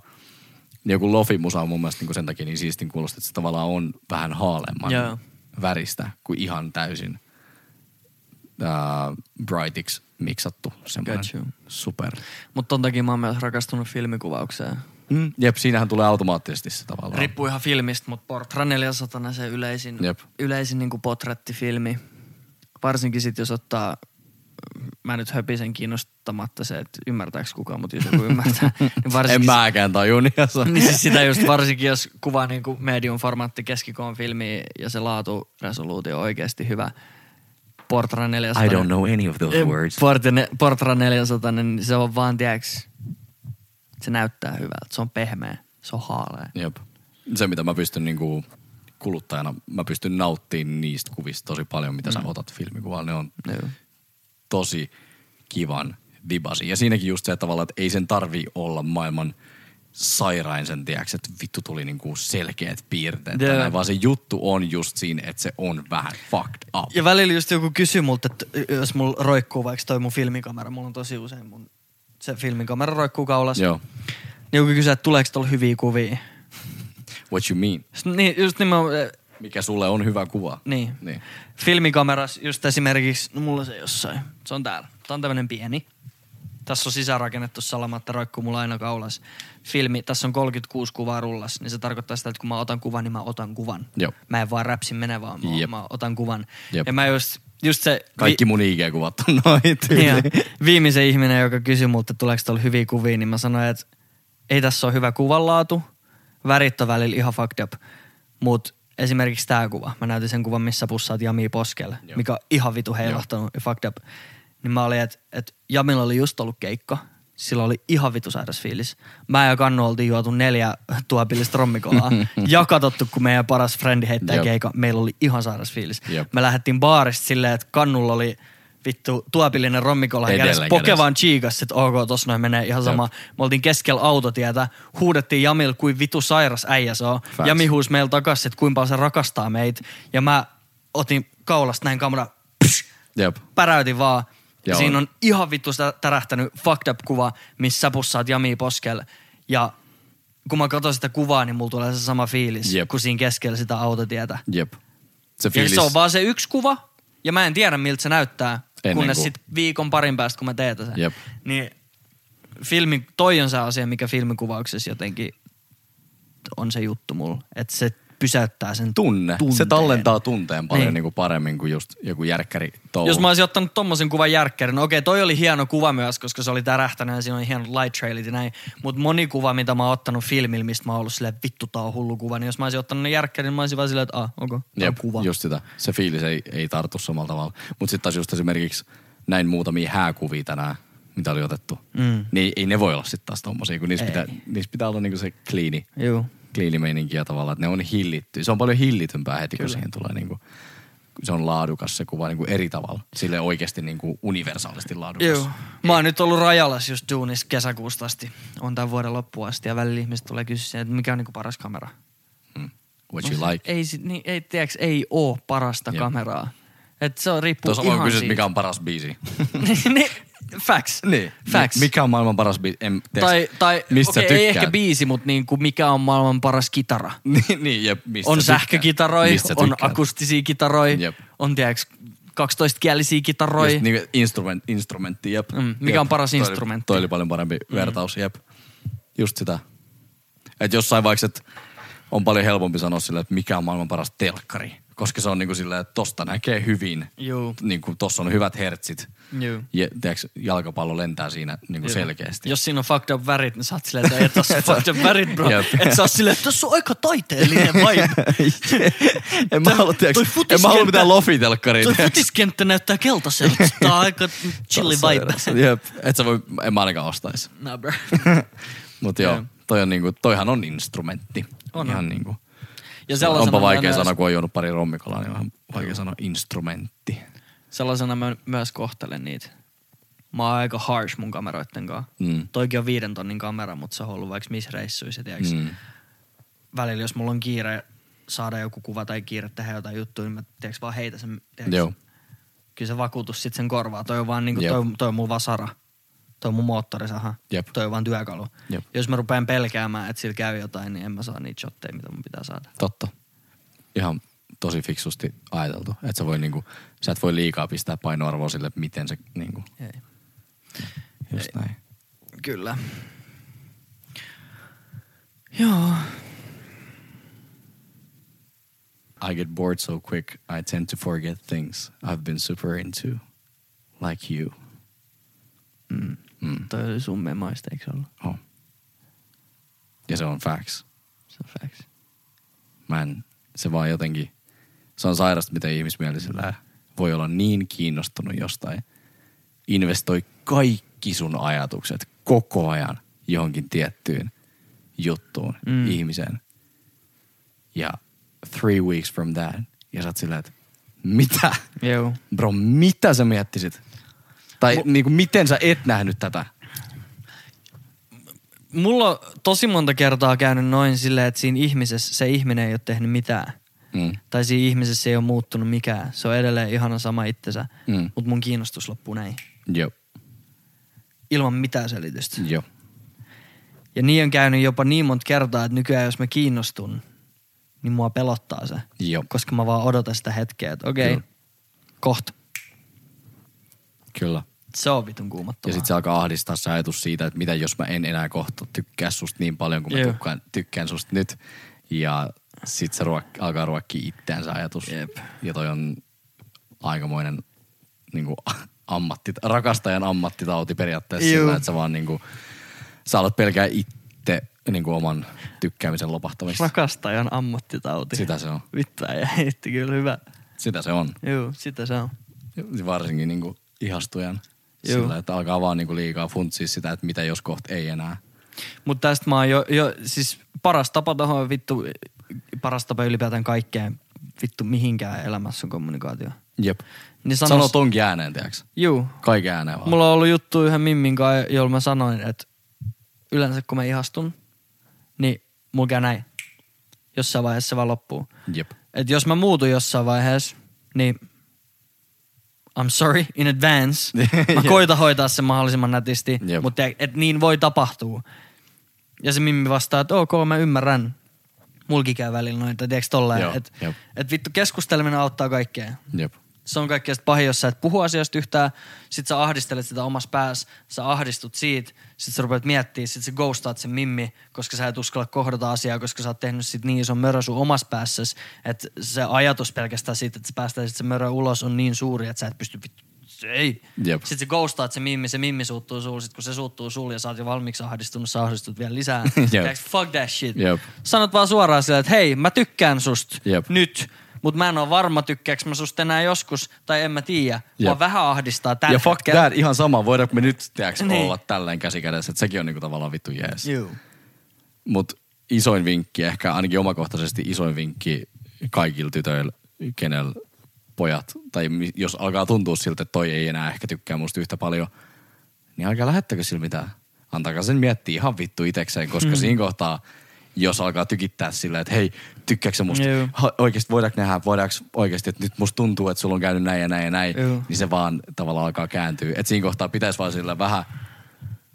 [SPEAKER 4] niin joku lofi-musa on mun mielestä niin kuin sen takia niin siistin kuulosta, että se tavallaan on vähän haalemman
[SPEAKER 2] Joo.
[SPEAKER 4] väristä kuin ihan täysin ää, brightiksi äh, miksattu semmoinen
[SPEAKER 2] Got you.
[SPEAKER 4] super.
[SPEAKER 2] Mut ton takia mä oon myös rakastunut filmikuvaukseen.
[SPEAKER 4] Mm. Jep, siinähän tulee automaattisesti se tavallaan.
[SPEAKER 2] Riippuu ihan filmistä, mutta Portra 400 on se yleisin,
[SPEAKER 4] Jep.
[SPEAKER 2] yleisin niin potrettifilmi. Varsinkin sit, jos ottaa, mä nyt höpisen kiinnostamatta se, että ymmärtääks kukaan,
[SPEAKER 4] (laughs)
[SPEAKER 2] mutta jos joku ymmärtää, niin varsinkin...
[SPEAKER 4] en mäkään tajua niin jos on-
[SPEAKER 2] (laughs) Niin siis sitä just varsinkin, jos kuvaa niin kuin medium formaatti keskikoon filmi ja se laatu resoluutio on oikeasti hyvä. Portra 400.
[SPEAKER 4] I don't know any of those words.
[SPEAKER 2] Eh, Portra, Portra 400, niin se on vaan, tiedäks, se näyttää hyvältä. Se on pehmeä, se on haalea.
[SPEAKER 4] Jep. Se, mitä mä pystyn niinku kuluttajana, mä pystyn nauttimaan niistä kuvista tosi paljon, mitä mm. sä otat filmikuvaan. Ne on
[SPEAKER 2] Joo.
[SPEAKER 4] tosi kivan vibasi. Ja siinäkin just se että tavallaan, että ei sen tarvi olla maailman sairain sen tiedäks, että vittu tuli niinku selkeät piirteet.
[SPEAKER 2] Joo.
[SPEAKER 4] Yeah. Näin, vaan se juttu on just siinä, että se on vähän fucked up.
[SPEAKER 2] Ja välillä just joku kysyy multa, että jos mulla roikkuu vaikka toi mun filmikamera, mulla on tosi usein mun, se filmikamera roikkuu kaulassa.
[SPEAKER 4] Joo.
[SPEAKER 2] Niin joku kysyy, että tuleeko tuolla hyviä kuvia.
[SPEAKER 4] What you mean?
[SPEAKER 2] Sit Niin, just niin mä,
[SPEAKER 4] Mikä sulle on hyvä kuva?
[SPEAKER 2] Niin.
[SPEAKER 4] niin.
[SPEAKER 2] Filmikameras just esimerkiksi, no mulla se jossain, se on täällä. Tää on tämmönen pieni. Tässä on sisäänrakennettu salamatta, roikkuu mulla aina kaulas. Filmi, tässä on 36 kuvaa rullas, niin se tarkoittaa sitä, että kun mä otan kuvan, niin mä otan kuvan.
[SPEAKER 4] Joo.
[SPEAKER 2] Mä en vaan räpsin mene, vaan mä,
[SPEAKER 4] Jep.
[SPEAKER 2] mä otan kuvan.
[SPEAKER 4] Jep.
[SPEAKER 2] Ja mä just, just se...
[SPEAKER 4] Kaikki mun IG-kuvat on noin
[SPEAKER 2] Joo.
[SPEAKER 4] tyyli.
[SPEAKER 2] Niin, Viimeisen ihminen, joka kysyi multa, että tuleeko tuolla hyviä kuvia, niin mä sanoin, että ei tässä ole hyvä kuvanlaatu. Värit on välillä ihan fucked up. Mutta esimerkiksi tämä kuva. Mä näytin sen kuvan, missä pussaat Jami poskelle, Joo. mikä on ihan vitu heilahtanut ja fucked up. Niin mä olin, että et Jamilla oli just ollut keikka. Sillä oli ihan vitu sairas fiilis. Mä ja Kannu oltiin juotu neljä tuopillista (laughs) rommikolaa. ja katsottu, kun meidän paras frendi heittää
[SPEAKER 4] Jep.
[SPEAKER 2] keikan. Meillä oli ihan sairas fiilis.
[SPEAKER 4] Jep.
[SPEAKER 2] Me lähdettiin baarista silleen, että Kannulla oli vittu tuopillinen rommikola kädessä,
[SPEAKER 4] Edelleen
[SPEAKER 2] pokevaan chiikas, että ok, tos noin menee ihan sama. Me oltiin keskellä autotietä, huudettiin Jamil, kuin vitu sairas äijä se on.
[SPEAKER 4] Facts.
[SPEAKER 2] Jami huusi meillä takas, että kuinka paljon se rakastaa meitä. Ja mä otin kaulasta näin kamera,
[SPEAKER 4] Jep.
[SPEAKER 2] päräytin vaan. Ja
[SPEAKER 4] Joo.
[SPEAKER 2] siinä on ihan vittu sitä tärähtänyt fucked up kuva, missä sä pussaat jamia poskelle. Ja kun mä katson sitä kuvaa, niin mulla tulee se sama fiilis
[SPEAKER 4] Jep.
[SPEAKER 2] kuin siinä keskellä sitä autotietä.
[SPEAKER 4] Jep. Se
[SPEAKER 2] Ja siis
[SPEAKER 4] fiilis.
[SPEAKER 2] se on vaan se yksi kuva, ja mä en tiedä miltä se näyttää,
[SPEAKER 4] Ennen
[SPEAKER 2] kunnes
[SPEAKER 4] kuin.
[SPEAKER 2] sit viikon parin päästä, kun mä teetän sen.
[SPEAKER 4] Jep.
[SPEAKER 2] Niin filmi, toi on se asia, mikä filmikuvauksessa jotenkin on se juttu mulla. Että se pysäyttää sen
[SPEAKER 4] tunne. Tunteen. Se
[SPEAKER 2] tunteen.
[SPEAKER 4] tallentaa tunteen paljon
[SPEAKER 2] Niin.
[SPEAKER 4] niin. Niin kuin paremmin kuin just joku järkkäri touhu.
[SPEAKER 2] Jos mä olisin ottanut tommosen kuvan järkkärin, no okei toi oli hieno kuva myös, koska se oli tärähtänyt ja siinä oli hienot light trailit ja näin. Mutta moni kuva, mitä mä oon ottanut filmillä, mistä mä oon ollut silleen, vittu tää on hullu kuva, niin jos mä olisin ottanut ne järkkärin, niin mä olisin vaan silleen, että ah, onko okay,
[SPEAKER 4] Jep,
[SPEAKER 2] kuva.
[SPEAKER 4] just sitä. Se fiilis ei, ei tartu samalla tavalla. Mutta sitten taas just esimerkiksi näin muutamia hääkuvia tänään, mitä oli otettu. Mm. Niin ei ne voi olla sitten taas tommosia, kun niissä
[SPEAKER 2] Ei.
[SPEAKER 4] pitää, niissä pitää olla niinku se kliini,
[SPEAKER 2] Juu.
[SPEAKER 4] kliinimeininkiä tavallaan, että ne on hillitty. Se on paljon hillitympää heti, kun siihen tulee niinku, se on laadukas se kuva niinku eri tavalla. Sille oikeasti niinku universaalisti laadukas.
[SPEAKER 2] Joo. Mä oon nyt ollut rajalas just duunissa kesäkuusta asti. On tämän vuoden loppuun asti ja välillä ihmiset tulee kysyä, että mikä on niinku paras kamera.
[SPEAKER 4] What you like.
[SPEAKER 2] Ei, sit- niin, ei, tiiäks, ei oo parasta
[SPEAKER 4] Jep.
[SPEAKER 2] kameraa. Et se on riippuu
[SPEAKER 4] Tuossa
[SPEAKER 2] ihan
[SPEAKER 4] voi kysyä,
[SPEAKER 2] siitä.
[SPEAKER 4] mikä on paras
[SPEAKER 2] (laughs)
[SPEAKER 4] biisi.
[SPEAKER 2] niin, facts. Facts.
[SPEAKER 4] Niin. Mi- Mikä on maailman paras biisi? En, tiedä,
[SPEAKER 2] tai, tai
[SPEAKER 4] mistä sä
[SPEAKER 2] okei, ei
[SPEAKER 4] tykkäät?
[SPEAKER 2] ehkä biisi, mutta niinku, mikä on maailman paras kitara.
[SPEAKER 4] (laughs) niin, niin, jep, mistä sä
[SPEAKER 2] on
[SPEAKER 4] tykkäät?
[SPEAKER 2] sähkökitaroja,
[SPEAKER 4] Mistä sä
[SPEAKER 2] on
[SPEAKER 4] tykkäät?
[SPEAKER 2] akustisia kitaroja,
[SPEAKER 4] Jep.
[SPEAKER 2] on tiiäks, 12-kielisiä kitaroja.
[SPEAKER 4] Just niinku instrument, instrumentti, jep.
[SPEAKER 2] Mm, mikä
[SPEAKER 4] Jep.
[SPEAKER 2] on paras
[SPEAKER 4] Toi oli-
[SPEAKER 2] instrumentti? Mm.
[SPEAKER 4] Toi oli paljon parempi vertaus, jep. Just sitä. Et jossain vaikka, että on paljon helpompi sanoa sille, että mikä on maailman paras telkkari. Koska se on niinku silleen, että tosta näkee hyvin.
[SPEAKER 2] Juu. Mm.
[SPEAKER 4] Niinku tossa on hyvät hertsit.
[SPEAKER 2] Juu.
[SPEAKER 4] Ja, tiiäks, jalkapallo lentää siinä niinku selkeästi.
[SPEAKER 2] Niin. Jos siinä on fucked up värit, niin sä oot silleen, että
[SPEAKER 4] (laughs)
[SPEAKER 2] ei tässä fucked up värit, bro.
[SPEAKER 4] Jep.
[SPEAKER 2] Et sä oot silleen, että tässä on aika
[SPEAKER 4] (laughs)
[SPEAKER 2] taiteellinen vibe.
[SPEAKER 4] (laughs) en mä halua, tiiäks,
[SPEAKER 2] toi
[SPEAKER 4] en mä halua
[SPEAKER 2] futiskenttä-
[SPEAKER 4] mitään lofitelkkaria.
[SPEAKER 2] Toi
[SPEAKER 4] tiiäks.
[SPEAKER 2] futiskenttä näyttää keltaiselta. Tää on aika chilli
[SPEAKER 4] Tossa-
[SPEAKER 2] vibe.
[SPEAKER 4] (laughs) Jep, et sä voi, en mä ainakaan ostaisi.
[SPEAKER 2] Nah, bro.
[SPEAKER 4] Mut joo, toi on niinku, toihan on instrumentti.
[SPEAKER 2] On.
[SPEAKER 4] Ihan niinku.
[SPEAKER 2] Ja sellaisena
[SPEAKER 4] Onpa
[SPEAKER 2] mä
[SPEAKER 4] vaikea
[SPEAKER 2] myös-
[SPEAKER 4] sana, kun on juonut pari rommikolaa, niin vähän vaikea sanoa instrumentti.
[SPEAKER 2] Sellaisena mä myös kohtelen niitä. Mä oon aika harsh mun kameroitten kanssa.
[SPEAKER 4] Mm.
[SPEAKER 2] Toikin on viiden tonnin kamera, mutta se on ollut vaikka missä reissuissa, tiiäks.
[SPEAKER 4] Mm.
[SPEAKER 2] Välillä jos mulla on kiire saada joku kuva tai kiire tehdä jotain juttuja, niin mä tiiäks vaan heitä sen, tiiäks.
[SPEAKER 4] Joo.
[SPEAKER 2] Kyllä se vakuutus sit sen korvaa. Toi on vaan niinku,
[SPEAKER 4] Jep.
[SPEAKER 2] toi, toi on mun vasara. Toi on mun moottorisaha.
[SPEAKER 4] Jep.
[SPEAKER 2] Toi on vaan työkalu.
[SPEAKER 4] Jep.
[SPEAKER 2] Jos mä rupean pelkäämään, että sillä käy jotain, niin en mä saa niitä shotteja, mitä mun pitää saada.
[SPEAKER 4] Totta. Ihan tosi fiksusti ajateltu. Että sä, voi niinku, sä et voi liikaa pistää painoarvoa sille, että miten se niinku,
[SPEAKER 2] Ei.
[SPEAKER 4] just näin.
[SPEAKER 2] Kyllä. Joo.
[SPEAKER 4] I get bored so quick, I tend to forget things I've been super into. Like you.
[SPEAKER 2] Mm.
[SPEAKER 4] Mm.
[SPEAKER 2] Toi oli sun memaista, eikö se ollut?
[SPEAKER 4] Oh. Ja se on facts.
[SPEAKER 2] Se on facts.
[SPEAKER 4] Mä en, se vaan jotenkin, se on sairasta, miten ihmismielisellä voi olla niin kiinnostunut jostain. Investoi kaikki sun ajatukset koko ajan johonkin tiettyyn juttuun,
[SPEAKER 2] Mm.
[SPEAKER 4] mm. ihmiseen. Ja three weeks from that, ja sä oot sillä, että mitä?
[SPEAKER 2] Joo.
[SPEAKER 4] Bro, mitä sä miettisit? Tai M- niinku, miten sä et nähnyt tätä?
[SPEAKER 2] Mulla on tosi monta kertaa käynyt noin silleen, että siinä ihmisessä se ihminen ei ole tehnyt mitään.
[SPEAKER 4] Mm.
[SPEAKER 2] Tai siinä ihmisessä ei ole muuttunut mikään. Se on edelleen ihana sama itsensä.
[SPEAKER 4] Mm.
[SPEAKER 2] Mutta mun kiinnostus loppuu näin.
[SPEAKER 4] Joo,
[SPEAKER 2] Ilman mitään selitystä.
[SPEAKER 4] joo.
[SPEAKER 2] Ja niin on käynyt jopa niin monta kertaa, että nykyään jos mä kiinnostun, niin mua pelottaa se.
[SPEAKER 4] Joo.
[SPEAKER 2] Koska mä vaan odotan sitä hetkeä, että okei, okay,
[SPEAKER 4] Kyllä.
[SPEAKER 2] kohta.
[SPEAKER 4] Kyllä.
[SPEAKER 2] Se on vitun
[SPEAKER 4] Ja
[SPEAKER 2] kuumattavaa.
[SPEAKER 4] sitten se alkaa ahdistaa se ajatus siitä, että mitä jos mä en enää kohta tykkää susta niin paljon kuin mä
[SPEAKER 2] Jep.
[SPEAKER 4] tykkään, tykkään susta nyt. Ja sitten se ruok- alkaa ruokkia itteään se ajatus.
[SPEAKER 2] Jep.
[SPEAKER 4] Ja toi on aikamoinen niin kuin, ammatti, rakastajan ammattitauti periaatteessa
[SPEAKER 2] Juu.
[SPEAKER 4] sillä, että sä vaan niin kuin, sä alat pelkää itse niin kuin, oman tykkäämisen lopahtamista.
[SPEAKER 2] Rakastajan ammattitauti.
[SPEAKER 4] Sitä se on.
[SPEAKER 2] Vittu ja heitti kyllä hyvä.
[SPEAKER 4] Sitä se on.
[SPEAKER 2] Joo, sitä se on.
[SPEAKER 4] Varsinkin niin kuin, ihastujan.
[SPEAKER 2] Juu.
[SPEAKER 4] Sillä, että alkaa vaan niin kuin, liikaa funtsia sitä, että mitä jos kohta ei enää.
[SPEAKER 2] Mutta tästä mä oon jo, jo, siis paras tapa tohon on vittu, paras tapa ylipäätään kaikkeen vittu mihinkään elämässä on kommunikaatio.
[SPEAKER 4] Jep.
[SPEAKER 2] Niin sanos,
[SPEAKER 4] Sano tonkin ääneen, tiiäks?
[SPEAKER 2] Juu.
[SPEAKER 4] Kaiken ääneen vaan.
[SPEAKER 2] Mulla on ollut juttu yhden Mimmin kanssa, jolla mä sanoin, että yleensä kun mä ihastun, niin mulla käy näin. Jossain vaiheessa se vaan loppuu.
[SPEAKER 4] Jep.
[SPEAKER 2] Et jos mä muutun jossain vaiheessa, niin I'm sorry in advance.
[SPEAKER 4] (laughs)
[SPEAKER 2] Mä koitan hoitaa sen mahdollisimman nätisti,
[SPEAKER 4] Jep.
[SPEAKER 2] mutta et niin voi tapahtua. Ja se Mimmi vastaa, että ok, mä ymmärrän. Mulki käy välillä noita, tiedätkö tolleen.
[SPEAKER 4] Joo,
[SPEAKER 2] Että
[SPEAKER 4] jep.
[SPEAKER 2] et vittu, keskusteleminen auttaa kaikkea.
[SPEAKER 4] Jep.
[SPEAKER 2] Se on kaikkein pahin, jos sä et puhu asioista yhtään, sit sä ahdistelet sitä omassa päässä, sä ahdistut siitä, sit sä rupeat miettimään, sit sä ghostaat sen mimmi, koska sä et uskalla kohdata asiaa, koska sä oot tehnyt sit niin ison mörö sun omassa päässäsi, että se ajatus pelkästään siitä, että sä päästäisit sen mörö ulos on niin suuri, että sä et pysty vittu se ei.
[SPEAKER 4] Jep.
[SPEAKER 2] Sitten se ghostaat se mimmi, se mimmi suuttuu sulle, sit kun se suuttuu sulle ja sä oot jo valmiiksi ahdistunut, sä ahdistut vielä
[SPEAKER 4] (laughs)
[SPEAKER 2] lisää. Tiedätkö, Fuck that shit.
[SPEAKER 4] Jep.
[SPEAKER 2] Sanot vaan suoraan sillä, että hei, mä tykkään susta
[SPEAKER 4] Jep.
[SPEAKER 2] nyt, mutta mä en ole varma, tykkääks mä susta enää joskus, tai en mä tiedä. Mua
[SPEAKER 4] Jep.
[SPEAKER 2] vähän ahdistaa tällä
[SPEAKER 4] ja fuck
[SPEAKER 2] hetkellä.
[SPEAKER 4] that, ihan sama, voidaanko me nyt, tiiäks,
[SPEAKER 2] Niin.
[SPEAKER 4] olla tälleen käsikädessä, että sekin on niinku tavallaan vittu jees.
[SPEAKER 2] Juu.
[SPEAKER 4] Mutta isoin vinkki, ehkä ainakin omakohtaisesti isoin vinkki kaikilla tytöillä, kenellä pojat, tai mi- jos alkaa tuntua siltä, että toi ei enää ehkä tykkää musta yhtä paljon, niin älkää lähettäkö sillä mitään. Antakaa sen miettiä ihan vittu itekseen, koska mm. siinä kohtaa, jos alkaa tykittää sillä, että hei, tykkääkö sä musta?
[SPEAKER 2] Juu.
[SPEAKER 4] Ha, oikeasti voidaanko nähdä, voidaanko oikeasti, että nyt musta tuntuu, että sulla on käynyt näin ja näin ja näin,
[SPEAKER 2] Juu.
[SPEAKER 4] niin se vaan tavallaan alkaa kääntyä. Et siinä kohtaa pitäisi vaan sillä vähän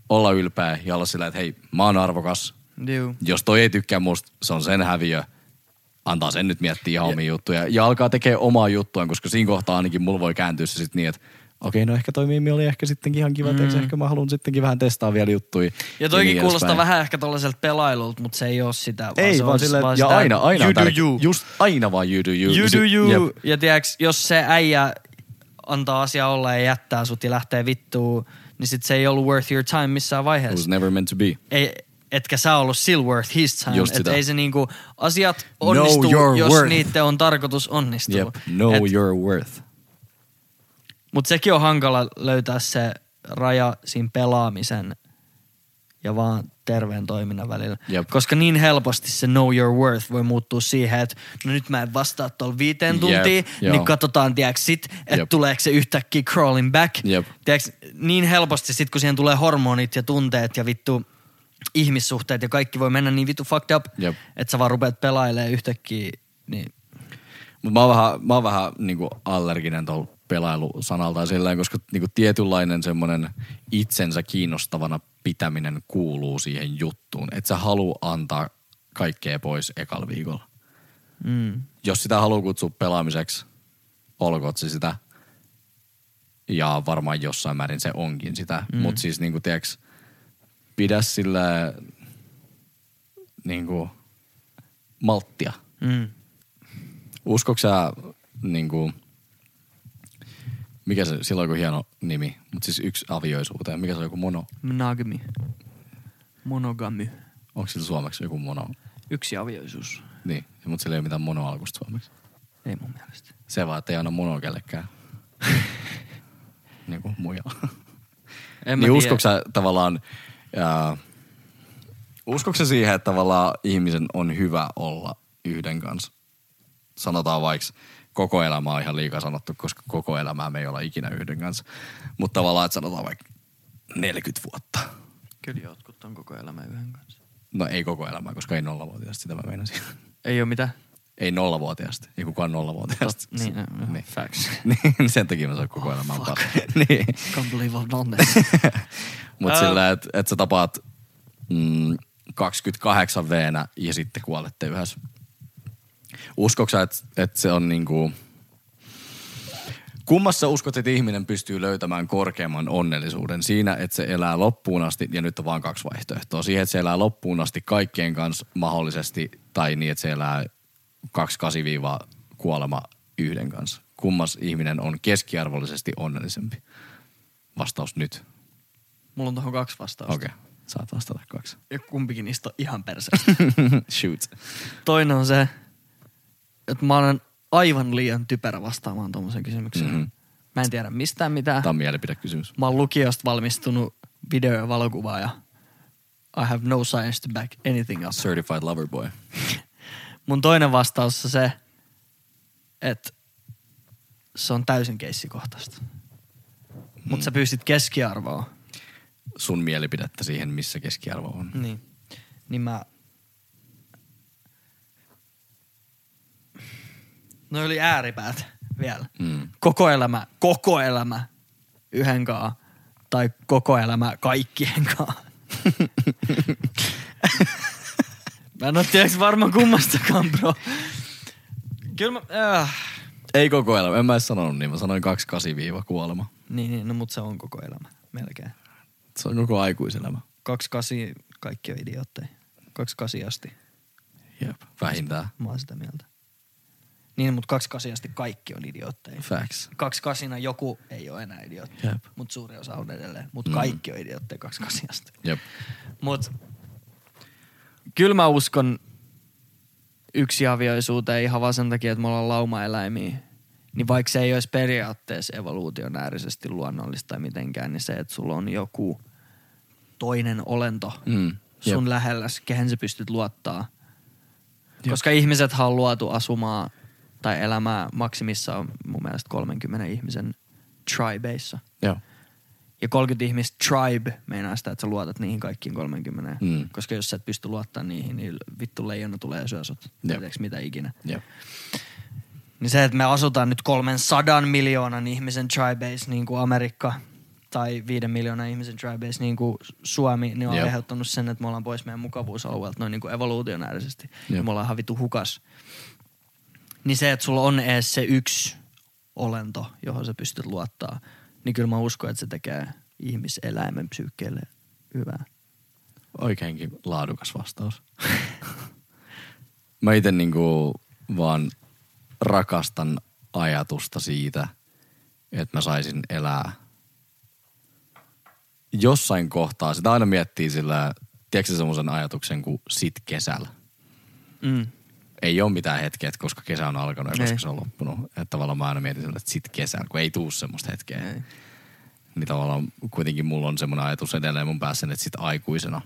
[SPEAKER 4] olla ylpeä ja olla sillä, että hei, mä oon arvokas,
[SPEAKER 2] Juu.
[SPEAKER 4] jos toi ei tykkää musta, se on sen häviö. Antaa sen nyt miettiä ihan omia juttuja. Ja alkaa tekee omaa juttuaan, koska siinä kohtaa ainakin mulla voi kääntyä se sitten niin, että okei, no ehkä toi miimi oli ehkä sittenkin ihan kiva, mm. ehkä mä haluan sittenkin vähän testaa vielä juttuja.
[SPEAKER 2] Ja toikin
[SPEAKER 4] niin
[SPEAKER 2] kuulostaa
[SPEAKER 4] edespäin.
[SPEAKER 2] vähän ehkä tollaiselta pelailulta, mutta se ei ole sitä. Vaan
[SPEAKER 4] Ei,
[SPEAKER 2] se
[SPEAKER 4] vaan
[SPEAKER 2] on, siis
[SPEAKER 4] silleen,
[SPEAKER 2] vaan
[SPEAKER 4] ja
[SPEAKER 2] sitä
[SPEAKER 4] aina, aina
[SPEAKER 2] you
[SPEAKER 4] on
[SPEAKER 2] do
[SPEAKER 4] tärkeä.
[SPEAKER 2] you.
[SPEAKER 4] Just aina vaan you do you.
[SPEAKER 2] You
[SPEAKER 4] Se-
[SPEAKER 2] do you.
[SPEAKER 4] jep.
[SPEAKER 2] Ja tiiäks, jos se äijä antaa asia olla ja jättää sut ja lähtee vittuun, niin sit se ei ollut worth your time missään
[SPEAKER 4] It
[SPEAKER 2] vaiheessa.
[SPEAKER 4] was never meant to be.
[SPEAKER 2] ei, etkä sä ollut still worth his time.
[SPEAKER 4] Just
[SPEAKER 2] et
[SPEAKER 4] sitä.
[SPEAKER 2] ei se niinku, asiat onnistuu,
[SPEAKER 4] your
[SPEAKER 2] jos
[SPEAKER 4] worth.
[SPEAKER 2] niiden on tarkoitus onnistua.
[SPEAKER 4] Yep. Know
[SPEAKER 2] Et-
[SPEAKER 4] your worth.
[SPEAKER 2] Mutta sekin on hankala löytää se raja siinä pelaamisen ja vaan terveen toiminnan välillä.
[SPEAKER 4] Jep.
[SPEAKER 2] Koska niin helposti se know your worth voi muuttua siihen, että no nyt mä en vastaa tuolla viiteen
[SPEAKER 4] Jep,
[SPEAKER 2] tuntiin,
[SPEAKER 4] joo.
[SPEAKER 2] niin katsotaan, tiedätkö sit, että
[SPEAKER 4] Jep.
[SPEAKER 2] tuleeko se yhtäkkiä crawling back.
[SPEAKER 4] Jep.
[SPEAKER 2] Tiedätkö, niin helposti sit, kun siihen tulee hormonit ja tunteet ja vittu ihmissuhteet ja kaikki voi mennä niin vittu fucked up,
[SPEAKER 4] Jep.
[SPEAKER 2] että sä vaan rupeat pelailemaan yhtäkkiä, niin
[SPEAKER 4] Mut mä oon vähän, mä oon vähän niinku allerginen tuolla pelailusanalta sillä koska niinku tietynlainen semmoinen itsensä kiinnostavana pitäminen kuuluu siihen juttuun. Et sä halua antaa kaikkea pois ekalla viikolla. Mm. Jos sitä haluaa kutsua pelaamiseksi, olkoot se sitä. Ja varmaan jossain määrin se onkin sitä. Mm. Mutta siis niinku tiiäks, pidä sillä niinku malttia.
[SPEAKER 2] mm.
[SPEAKER 4] Uskoks sä niinku, mikä se, silloin joku hieno nimi, mutta siis yksi avioisuuteen, mikä se on joku mono,
[SPEAKER 2] monogami, monogamy.
[SPEAKER 4] onko sillä suomeksi joku mono?
[SPEAKER 2] Yksi avioisuus.
[SPEAKER 4] Niin, mutta sillä ei ole mitään monoalkusta suomeksi.
[SPEAKER 2] Ei mun mielestä.
[SPEAKER 4] Se vaan, että ei anna mono kellekään. (laughs) niinku muja.
[SPEAKER 2] En
[SPEAKER 4] niin uskoks sä tavallaan, ää, uskoks sä siihen, että tavallaan ihmisen on hyvä olla yhden kanssa? Sanotaan vaikka koko elämä on ihan liikaa sanottu, koska koko elämää me ei olla ikinä yhden kanssa. Mutta tavallaan, että sanotaan vaikka 40 vuotta.
[SPEAKER 2] Kyllä jotkut on koko elämä yhden kanssa.
[SPEAKER 4] No ei koko elämää, koska ei nollavuotiaasta, sitä mä meinasin. (laughs)
[SPEAKER 2] Ei ole mitään.
[SPEAKER 4] Ei nollavuotiaasta, ei kukaan nollavuotiaasta. (laughs)
[SPEAKER 2] Tot- niin, joo,
[SPEAKER 4] niin.
[SPEAKER 2] facts.
[SPEAKER 4] niin, sen takia mä saan koko elämää oh, (laughs) niin.
[SPEAKER 2] (laughs) Can't believe I've
[SPEAKER 4] (laughs)
[SPEAKER 2] done this.
[SPEAKER 4] Mutta sillä, että et sä tapaat mm, 28 veenä ja sitten kuolette yhdessä. Uskoks sä, että et se on niinku... Kummassa uskot, että ihminen pystyy löytämään korkeamman onnellisuuden? Siinä, että se elää loppuun asti, ja nyt on vaan kaksi vaihtoehtoa. Siihen, että se elää loppuun asti kaikkien kanssa mahdollisesti, tai niin, että se elää 28-kuolema yhden kanssa. Kummas ihminen on keskiarvollisesti onnellisempi? Vastaus nyt.
[SPEAKER 2] Mulla on tohon kaksi vastausta.
[SPEAKER 4] Okei, okay. saat vastata kaksi.
[SPEAKER 2] Ja kumpikin niistä on ihan perseestä.
[SPEAKER 4] (laughs) Shoot.
[SPEAKER 2] (laughs) Toinen on se, että mä olen aivan liian typerä vastaamaan tuommoisen kysymykseen.
[SPEAKER 4] Mhm.
[SPEAKER 2] Mm-hmm. Mä en tiedä mistään mitään.
[SPEAKER 4] Tämä on mielipidekysymys.
[SPEAKER 2] Mä oon lukiosta valmistunut video- ja valokuvaaja. I have no science to back anything up.
[SPEAKER 4] Certified lover boy.
[SPEAKER 2] Mun toinen vastaus on se, että se on täysin keissikohtaista. Mutta sä pyysit keskiarvoa.
[SPEAKER 4] sun mielipidettä siihen, missä keskiarvo on.
[SPEAKER 2] Niin. Niin mä... No oli ääripäät vielä.
[SPEAKER 4] Mm.
[SPEAKER 2] Koko elämä, koko elämä yhden kaa. Tai koko elämä kaikkien (laughs) kaa. mä en ole tiedäks varmaan kummastakaan, bro. Kyllä mä... Äh.
[SPEAKER 4] Ei koko elämä, en mä edes sanonut niin, mä sanoin 28-kuolema.
[SPEAKER 2] Niin, niin, no mut se on koko elämä, melkein.
[SPEAKER 4] Se on koko aikuiselämä.
[SPEAKER 2] 28, kaikki on idiootteja. 28 asti,
[SPEAKER 4] Jep. Vähintään.
[SPEAKER 2] mä oon sitä mieltä. Niin, mutta 28 asti kaikki on idiootteja.
[SPEAKER 4] Facts.
[SPEAKER 2] 28 joku ei ole enää idiootteja,
[SPEAKER 4] Jep. Mm.
[SPEAKER 2] mutta suuri osa on edelleen. Mutta kaikki on idiootteja 28 asti.
[SPEAKER 4] Jep.
[SPEAKER 2] Mut kyllä mä uskon yksiavioisuuteen ihan vaan sen takia, että me ollaan laumaeläimiä. Niin vaikka se ei olisi periaatteessa evoluution äärisesti luonnollista tai mitenkään, niin se, että sulla on joku toinen olento
[SPEAKER 4] Mm.
[SPEAKER 2] sun lähelläs, kehen sä pystyt luottaa. Koska ihmiset on luotu asumaan tai elämää maksimissaan mun mielestä 30 ihmisen tribeissa.
[SPEAKER 4] Joo.
[SPEAKER 2] Ja 30 ihmistä tribe meinaa sitä, että sä luotat niihin kaikkiin 30.
[SPEAKER 4] Mm.
[SPEAKER 2] Koska jos sä et pysty luottamaan niihin, niin vittu leijona tulee ja syö sut.
[SPEAKER 4] Jep.
[SPEAKER 2] Tiedätkö, mitä ikinä.
[SPEAKER 4] Jep.
[SPEAKER 2] Niin se, että me asutaan nyt 300 miljoonan ihmisen tribeissa niin kuin Amerikka tai 5 miljoonan ihmisen tribeissa niin kuin Suomi, niin on
[SPEAKER 4] Jep.
[SPEAKER 2] aiheuttanut sen, että me ollaan pois meidän mukavuusalueelta noin niin kuin evoluutionäärisesti. Ja
[SPEAKER 4] Jep.
[SPEAKER 2] me ollaan ihan vittu hukas. Niin se, että sulla on edes se yksi olento, johon sä pystyt luottaa, niin kyllä mä uskon, että se tekee ihmiseläimen psyykkeelle hyvää.
[SPEAKER 4] Oikeinkin laadukas vastaus. Mä itse niinku vaan rakastan ajatusta siitä, että mä saisin elää jossain kohtaa. Sitä aina miettii sillä, tiedätkö semmoisen ajatuksen kuin sit kesällä.
[SPEAKER 2] Mm.
[SPEAKER 4] Ei ole mitään hetkeä, että koska kesä on alkanut ja koska
[SPEAKER 2] Ei.
[SPEAKER 4] se on loppunut. Että tavallaan mä aina mietin sillä, että sit kesällä, kun ei tuu semmoista hetkeä.
[SPEAKER 2] Ei.
[SPEAKER 4] Niin tavallaan kuitenkin mulla on semmoinen ajatus edelleen mun päässä, että sit aikuisena.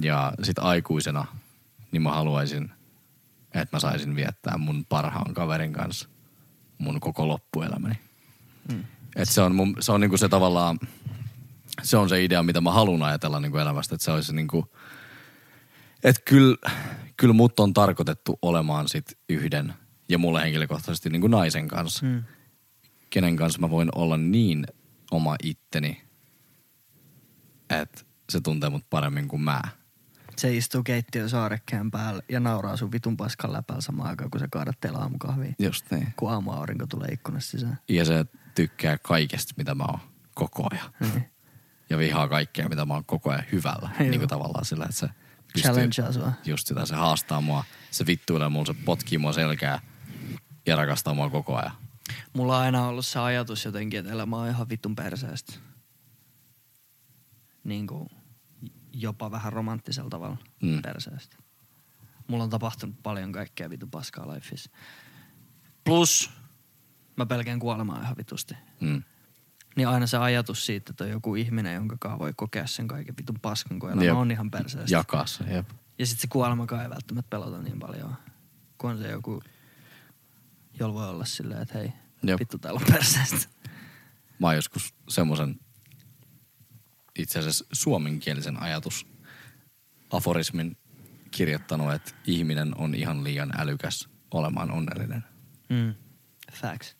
[SPEAKER 4] Ja sit aikuisena, niin mä haluaisin, että mä saisin viettää mun parhaan kaverin kanssa mun koko loppuelämäni. Mm. Et se on, mun, se on niinku se tavallaan, se on se idea, mitä mä haluan ajatella niinku elämästä. Että se olisi niinku, että kyllä, kyllä mut on tarkoitettu olemaan sit yhden ja mulle henkilökohtaisesti niinku naisen kanssa. Mm kenen kanssa mä voin olla niin oma itteni, että se tuntee mut paremmin kuin mä.
[SPEAKER 2] Se istuu keittiön saarekkeen päällä ja nauraa sun vitun paskan läpällä samaan aikaan, kun sä kaadat teillä aamukahviin.
[SPEAKER 4] Just niin.
[SPEAKER 2] kun aamuaurinko tulee ikkunasta sisään.
[SPEAKER 4] Ja se tykkää kaikesta, mitä mä oon koko ajan. Ja vihaa kaikkea, mitä mä oon koko ajan hyvällä.
[SPEAKER 2] Joo.
[SPEAKER 4] niin kuin tavallaan sillä, että se
[SPEAKER 2] Challengea sua.
[SPEAKER 4] just sitä, se haastaa mua, se vittuilee mulla, se potkii mua selkää ja rakastaa mua koko ajan.
[SPEAKER 2] Mulla on aina ollut se ajatus jotenkin, että elämä on ihan vittun perseestä. Niin kuin jopa vähän romanttisella tavalla mm.
[SPEAKER 4] Mm.
[SPEAKER 2] perseestä. Mulla on tapahtunut paljon kaikkea vitun paskaa lifeissa. Plus mä pelkään kuolemaa ihan vitusti.
[SPEAKER 4] Mm.
[SPEAKER 2] Niin aina se ajatus siitä, että on joku ihminen, jonka kaa voi kokea sen kaiken vitun paskan, kun elämä
[SPEAKER 4] Jep.
[SPEAKER 2] on ihan perseestä.
[SPEAKER 4] Jakaa se, jep.
[SPEAKER 2] Ja sitten se kuolemakaan ei välttämättä pelota niin paljon, kun on se joku, jolla voi olla silleen, että hei, Jop.
[SPEAKER 4] Jep.
[SPEAKER 2] vittu täällä on perseestä.
[SPEAKER 4] mä oon joskus semmoisen itse asiassa suomenkielisen ajatus aforismin kirjoittanut, että ihminen on ihan liian älykäs olemaan onnellinen.
[SPEAKER 2] Mm. Facts.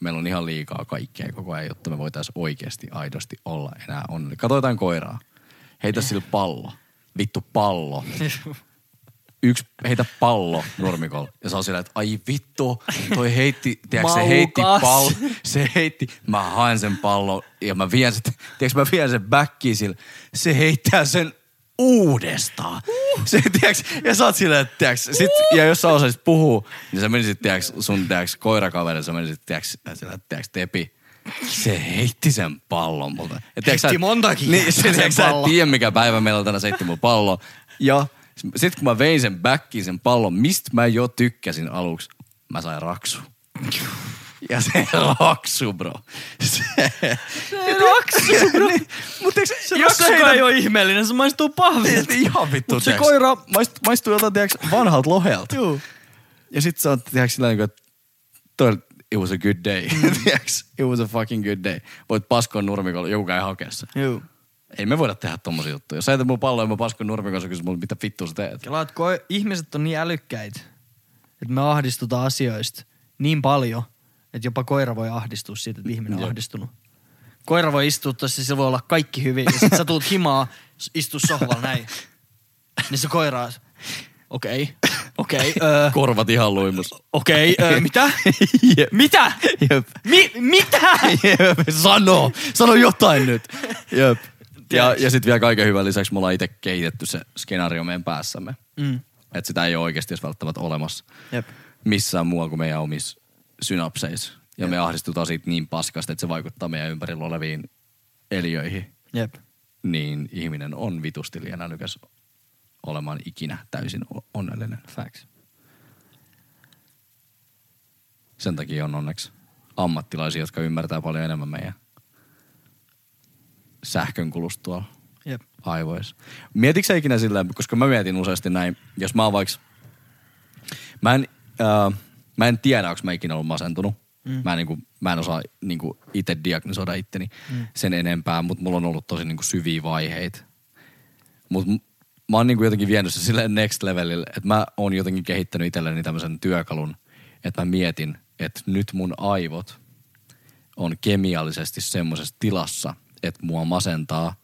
[SPEAKER 4] Meillä on ihan liikaa kaikkea koko ajan, jotta me voitaisiin oikeasti aidosti olla enää onnellinen. Kato jotain koiraa. Heitä sillä pallo. Vittu pallo. Yksi heitä pallo nurmikolla. Ja se on sillä, että ai vittu, toi heitti, tiedätkö, se heitti
[SPEAKER 2] Maukas.
[SPEAKER 4] pallo. se heitti, mä haen sen pallon ja mä vien sen, tiiäks, mä vien sen backiin sillä, se heittää sen uudestaan. Se, tiiäks, ja sä oot silleen, että tiiäks, sit, ja jos sä osaisit puhua, niin sä menisit, tiiäks, sun tiiäks, koirakaveri, sä menisit, tiiäks, sillä, tiiäks, tepi. Se heitti sen pallon multa. Ja, tiiäks, sä-
[SPEAKER 2] Heitti montakin
[SPEAKER 4] Niin, se,
[SPEAKER 2] kertaa
[SPEAKER 4] tiiäks,
[SPEAKER 2] sen
[SPEAKER 4] sä et
[SPEAKER 2] pallon.
[SPEAKER 4] tiedä, mikä päivä meillä on tänä se heitti mun pallo. Ja sit kun mä vein sen backiin sen pallon, mistä mä jo tykkäsin aluksi, mä sain raksu. Ja se (laughs) raksu, bro. Se,
[SPEAKER 2] Raksu, (laughs) bro.
[SPEAKER 4] mutta
[SPEAKER 2] Niin. Se raksu ei ole ihmeellinen, se maistuu pahvilta.
[SPEAKER 4] ihan vittu,
[SPEAKER 2] Mut se
[SPEAKER 4] tiiäks,
[SPEAKER 2] koira-
[SPEAKER 4] maist, maistuu joltain, tiiäks, vanhalta lohelta.
[SPEAKER 2] Juu.
[SPEAKER 4] Ja sit sä oot, tiiäks, sillä niinku, että toi it was a good day. (laughs) Tiiäks? it was a fucking good day. Voit paskoa nurmikolla, joku käy hakea sen.
[SPEAKER 2] Juu.
[SPEAKER 4] Ei me voida tehdä tommosia juttuja. Jos sä jätät mun palloa ja mä paskon nurmikolla, sä kysyt mulle, mitä vittua sä teet.
[SPEAKER 2] Kelaatko, ihmiset on niin älykkäitä, että me ahdistutaan asioista niin paljon, että jopa koira voi ahdistua siitä, että ihminen on ahdistunut. Koira voi istua tuossa, sillä voi olla kaikki hyvin. Ja sit sä tuut himaa, s- istu sohvalla näin. Niin se koira on, okei, okei, öö,
[SPEAKER 4] Korvat ihan luimus.
[SPEAKER 2] okei, öö, mitä?
[SPEAKER 4] (laughs) Jep.
[SPEAKER 2] Mitä?
[SPEAKER 4] Jep.
[SPEAKER 2] Mi- mitä?
[SPEAKER 4] Jep. Sano, sano jotain nyt. Jep. Ja, ja sitten vielä kaiken hyvän lisäksi me ollaan itse kehitetty se skenaario meidän päässämme. Mm. Että sitä ei ole oikeasti edes välttämättä olemassa
[SPEAKER 2] Jep.
[SPEAKER 4] missään muualla kuin meidän omissa synapseissa. Ja Jep. me ahdistutaan siitä niin paskasta, että se vaikuttaa meidän ympärillä oleviin eliöihin.
[SPEAKER 2] Jep.
[SPEAKER 4] Niin ihminen on vitusti liian älykäs olemaan ikinä täysin o- onnellinen.
[SPEAKER 2] Facts.
[SPEAKER 4] Sen takia on onneksi ammattilaisia, jotka ymmärtää paljon enemmän meidän sähkönkulusta tuolla
[SPEAKER 2] Jep.
[SPEAKER 4] aivoissa. Mietitkö sä ikinä silleen, koska mä mietin useasti näin, jos mä oon vaikka, mä en, äh, mä en tiedä, onko mä ikinä ollut masentunut. Mm. Mä, en, niinku, mä en osaa niinku, itse diagnosoida itteni mm. sen enempää, mutta mulla on ollut tosi niinku, syviä vaiheita. Mutta mä oon niinku jotenkin vienyt sen silleen next levelille, että mä oon jotenkin kehittänyt itselleni tämmöisen työkalun, että mä mietin, että nyt mun aivot on kemiallisesti semmoisessa tilassa, että mua masentaa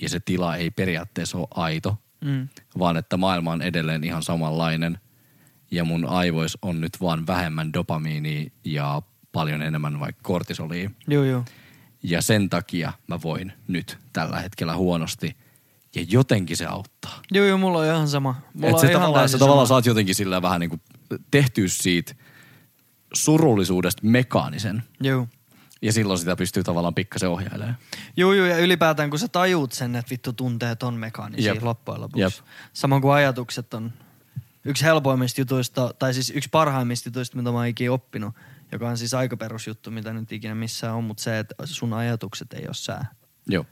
[SPEAKER 4] ja se tila ei periaatteessa ole aito, mm. vaan että maailma on edelleen ihan samanlainen ja mun aivois on nyt vaan vähemmän dopamiinia ja paljon enemmän vaikka kortisolia.
[SPEAKER 2] Juu, juu.
[SPEAKER 4] Ja sen takia mä voin nyt tällä hetkellä huonosti. Ja jotenkin se auttaa.
[SPEAKER 2] Juu, juu, mulla on ihan sama. Mulla
[SPEAKER 4] Et
[SPEAKER 2] on
[SPEAKER 4] se
[SPEAKER 2] ihan
[SPEAKER 4] tavallaan,
[SPEAKER 2] täysin
[SPEAKER 4] sä tavallaan
[SPEAKER 2] sama.
[SPEAKER 4] saat jotenkin sillä vähän niin kuin tehtyä siitä surullisuudesta mekaanisen.
[SPEAKER 2] Juu.
[SPEAKER 4] Ja silloin sitä pystyy tavallaan pikkasen ohjailemaan.
[SPEAKER 2] Juu, juu, ja ylipäätään kun sä tajuut sen, että vittu tunteet on mekaanisia
[SPEAKER 4] Jep.
[SPEAKER 2] Jep. loppujen lopuksi.
[SPEAKER 4] Jep.
[SPEAKER 2] Jep. Samoin kuin ajatukset on yksi helpoimmista jutuista, tai siis yksi parhaimmista jutuista, mitä mä oon ikinä oppinut, joka on siis aika perusjuttu, mitä nyt ikinä missään on, mutta se, että sun ajatukset ei ole sää.
[SPEAKER 4] Joo.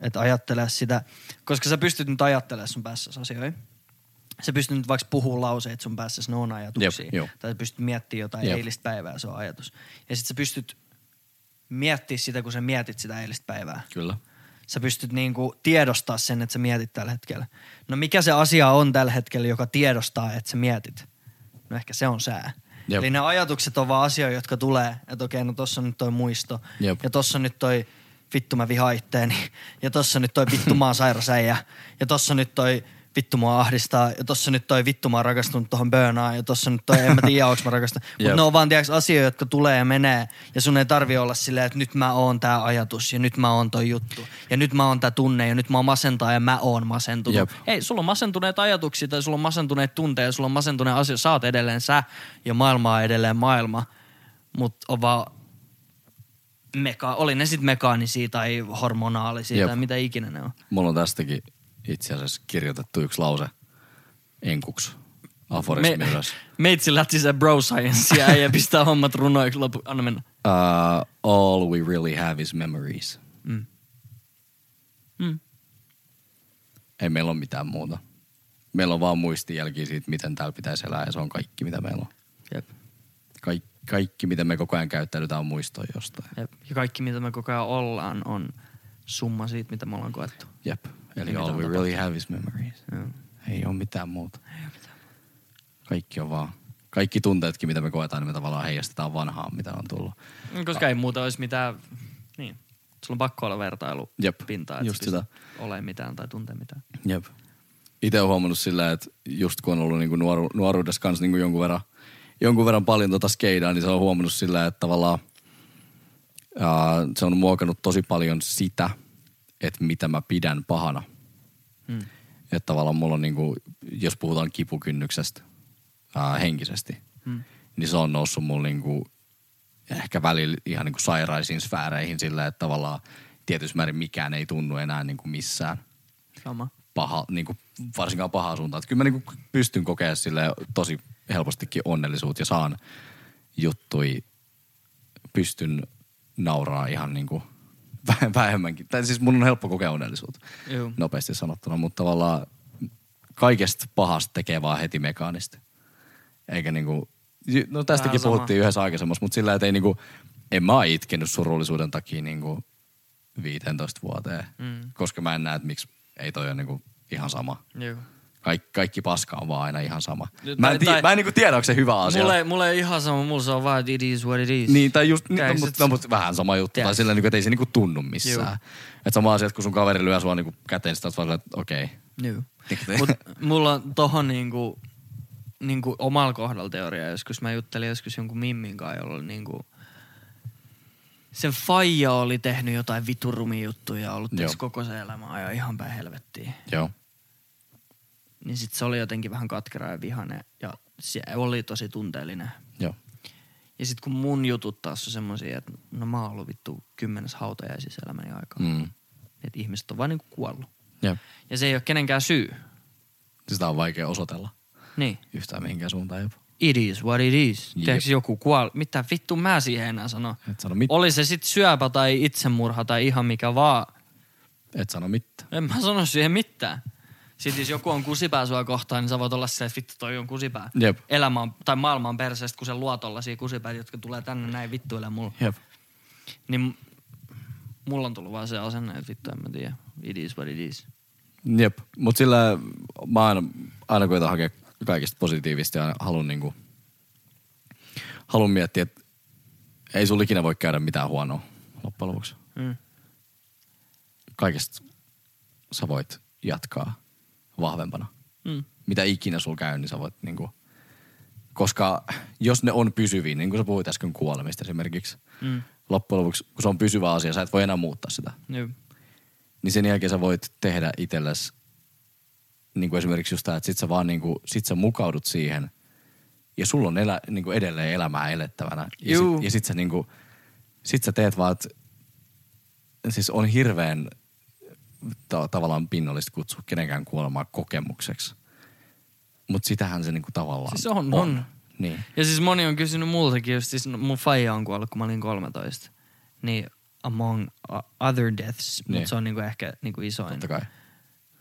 [SPEAKER 2] Että ajattele sitä, koska sä pystyt nyt ajattelemaan sun päässäsi asioita. Sä pystyt nyt vaikka puhumaan lauseet sun päässäsi, ne on ajatuksia.
[SPEAKER 4] Jep, joo.
[SPEAKER 2] tai sä pystyt miettimään jotain
[SPEAKER 4] Jep.
[SPEAKER 2] Jep. eilistä päivää, se on ajatus. Ja sit sä pystyt miettimään sitä, kun sä mietit sitä eilistä päivää
[SPEAKER 4] Kyllä.
[SPEAKER 2] sä pystyt niinku tiedostaa sen, että sä mietit tällä hetkellä. No mikä se asia on tällä hetkellä, joka tiedostaa, että sä mietit? No ehkä se on sää.
[SPEAKER 4] Jep.
[SPEAKER 2] Jep. Eli ne ajatukset on vaan asioita, jotka tulee, että okei, no tossa on nyt toi muisto.
[SPEAKER 4] Jep.
[SPEAKER 2] Ja tossa on nyt toi vittu mä vihaan itteeni. Ja tossa on nyt toi vittu mä oon sairas äijä. Ja tossa on nyt toi vittu mua ahdistaa. Ja tossa on nyt toi vittu mä oon rakastunut tohon burnaan. Ja tossa on nyt toi, en mä tiedä, onks mä rakastunut.
[SPEAKER 4] Jep.
[SPEAKER 2] Mutta ne on vaan tiiäks, asioita, jotka tulee ja menee. Ja sun ei tarvi olla silleen, että nyt mä oon tää ajatus ja nyt mä oon toi juttu. Ja nyt mä oon tää tunne ja nyt mä oon masentaa ja mä oon masentunut.
[SPEAKER 4] Jep.
[SPEAKER 2] Ei, sulla on masentuneita ajatuksia tai sulla on masentuneita tunteja, sulla on masentuneita asioita. Sä oot edelleen sä ja maailma on edelleen maailma. Mutta on vaan meka- oli ne sitten mekaanisia tai hormonaalisia
[SPEAKER 4] Jep.
[SPEAKER 2] tai mitä ikinä ne on.
[SPEAKER 4] Mulla on tästäkin itse asiassa kirjoitettu yksi lause enkuks aforismi Me... ylös.
[SPEAKER 2] meitsi lähti se bro science ja äijä pistää hommat runoiksi lopu. Anna mennä.
[SPEAKER 4] Uh, all we really have is memories.
[SPEAKER 2] Mm. Mm.
[SPEAKER 4] Ei meillä ole mitään muuta. Meillä on vaan muistijälkiä siitä, miten täällä pitäisi elää ja se on kaikki, mitä meillä on.
[SPEAKER 2] Jep.
[SPEAKER 4] Kaik, kaikki, mitä me koko ajan käyttäydytään, on muistoja jostain.
[SPEAKER 2] Jep. Ja kaikki, mitä me koko ajan ollaan, on summa siitä, mitä me ollaan koettu.
[SPEAKER 4] Jep. Eli
[SPEAKER 2] Mitä
[SPEAKER 4] all
[SPEAKER 2] on
[SPEAKER 4] we really have is memories.
[SPEAKER 2] Joo.
[SPEAKER 4] Ei ole mitään muuta. Kaikki on vaan. Kaikki tunteetkin, mitä me koetaan, niin me tavallaan heijastetaan vanhaan, mitä on tullut.
[SPEAKER 2] No, Koska ei muuta olisi mitään, niin. Sulla on pakko olla
[SPEAKER 4] Jep.
[SPEAKER 2] vertailupintaa, että
[SPEAKER 4] Just
[SPEAKER 2] sä pystyt
[SPEAKER 4] sitä.
[SPEAKER 2] siis ole mitään tai tuntee mitään.
[SPEAKER 4] Jep. Itse olen huomannut sillä, että just kun on ollut niinku nuoru, nuoruudessa kanssa niinku jonkun, verran, jonkun verran paljon tota skeidaa, niin se on huomannut sillä, että tavallaan ää, se on muokannut tosi paljon sitä, että mitä mä pidän pahana. Hmm. Että tavallaan mulla on niinku, jos puhutaan kipukynnyksestä ää, henkisesti, hmm. niin se on noussut mulla niinku ehkä välillä ihan niinku sairaisiin sfääreihin sillä, että tavallaan tietyssä määrin mikään ei tunnu enää niinku missään
[SPEAKER 2] Sama.
[SPEAKER 4] paha, niin kuin, varsinkaan pahaa suuntaan. Että kyllä mä niin kuin, pystyn kokemaan sille tosi helpostikin onnellisuutta ja saan juttui, pystyn nauraa ihan niin kuin, (laughs) vä- vähemmänkin. Tai siis mun on helppo kokea onnellisuutta,
[SPEAKER 2] Juu.
[SPEAKER 4] nopeasti sanottuna, mutta tavallaan kaikesta pahasta tekee vaan heti mekaanista. Eikä niin kuin, Jy- No tästäkin
[SPEAKER 2] Vähän sama.
[SPEAKER 4] puhuttiin yhdessä aikaisemmassa, mutta sillä, että ei niinku, en mä oo itkenyt surullisuuden takia niinku 15 vuoteen, mm. koska mä en näe, että miksi ei toi ole niinku ihan sama.
[SPEAKER 2] Joo.
[SPEAKER 4] Kaikki, kaikki paska on vaan aina ihan sama.
[SPEAKER 2] No,
[SPEAKER 4] Mä en,
[SPEAKER 2] tai-
[SPEAKER 4] tii,
[SPEAKER 2] tai-
[SPEAKER 4] mä en niinku tiedä, onko se hyvä asia.
[SPEAKER 2] Mulle, mulle ei ihan sama, mulla se on vaan, että it is what it is.
[SPEAKER 4] Niin, tai just, niin, no,
[SPEAKER 2] Tiedätkö,
[SPEAKER 4] mutta, no, mutta vähän sama juttu. Tai
[SPEAKER 2] Tiedätkö?
[SPEAKER 4] sillä niinku, että ei se niinku tunnu missään. Että sama asia, että kun sun kaveri lyö sua niinku käteen, sitä vaan sillä, että okei.
[SPEAKER 2] Joo. Mut mulla on tohon niinku, niinku omalla kohdalla teoria. Joskus mä juttelin joskus jonkun Mimmin kanssa, jolla oli niinku... Sen faija oli tehnyt jotain viturumia juttuja ollut
[SPEAKER 4] Joo.
[SPEAKER 2] tässä koko se elämä ajan ihan päin helvettiin.
[SPEAKER 4] Joo.
[SPEAKER 2] Niin sit se oli jotenkin vähän katkera ja vihane ja se oli tosi tunteellinen.
[SPEAKER 4] Joo.
[SPEAKER 2] Ja sit kun mun jutut taas on semmosia, että no mä oon ollut vittu kymmenes hautajaisissa elämäni aikaa. Mm.
[SPEAKER 4] Mm.
[SPEAKER 2] Että ihmiset on vaan niinku kuollut.
[SPEAKER 4] Joo.
[SPEAKER 2] Ja se ei ole kenenkään syy.
[SPEAKER 4] Sitä on vaikea osoitella
[SPEAKER 2] Niin.
[SPEAKER 4] yhtään mihinkään suuntaan jopa.
[SPEAKER 2] It is what it is.
[SPEAKER 4] Jep.
[SPEAKER 2] Tiedätkö, joku kuoli. Mitä vittu mä siihen enää sano?
[SPEAKER 4] Et sano mit-
[SPEAKER 2] Oli se sitten syöpä tai itsemurha tai ihan mikä vaan.
[SPEAKER 4] Et sano mitään.
[SPEAKER 2] En mä sano siihen mitään. Sitten jos joku on kusipää sua kohtaan, niin sä voit olla se, että vittu toi on kusipää.
[SPEAKER 4] Jep.
[SPEAKER 2] Elämä on, tai maailma on perseestä, kun se luo tollasia kusipäitä, jotka tulee tänne näin vittuille mulla.
[SPEAKER 4] Jep.
[SPEAKER 2] Niin m- mulla on tullut vaan se asenne, että vittu en mä tiedä. It is what it is.
[SPEAKER 4] Jep. Mut sillä mä aina, aina koitan hakea kaikista positiivista ja aina haluan niinku, haluan miettiä, että ei sulla ikinä voi käydä mitään huonoa loppujen lopuksi.
[SPEAKER 2] Mm.
[SPEAKER 4] Kaikesta sä voit jatkaa vahvempana.
[SPEAKER 2] Mm.
[SPEAKER 4] Mitä ikinä sulla käy, niin sä voit niinku, koska jos ne on pysyviä, niin kuin sä puhuit äsken kuolemista esimerkiksi,
[SPEAKER 2] Mm.
[SPEAKER 4] loppujen lopuksi, kun se on pysyvä asia, sä et voi enää muuttaa sitä.
[SPEAKER 2] Joo.
[SPEAKER 4] niin sen jälkeen sä voit tehdä itsellesi niin kuin esimerkiksi just tämä, että sit sä vaan niin kuin, sit sä mukaudut siihen ja sulla on elä, niin kuin edelleen elämää elettävänä. Ja
[SPEAKER 2] Juu.
[SPEAKER 4] sit, ja sit sä niin kuin, sit sä teet vaan, että siis on hirveän ta- tavallaan pinnallista kutsua kenenkään kuolemaa kokemukseksi. Mutta sitähän se niin kuin tavallaan
[SPEAKER 2] Siis on, on.
[SPEAKER 4] Niin.
[SPEAKER 2] Ja siis moni on kysynyt multakin, just siis mun faija on kuollut, kun mä olin 13. Niin among o- other deaths, niin.
[SPEAKER 4] Niin.
[SPEAKER 2] mutta se on niinku ehkä niinku isoin.
[SPEAKER 4] Totta kai.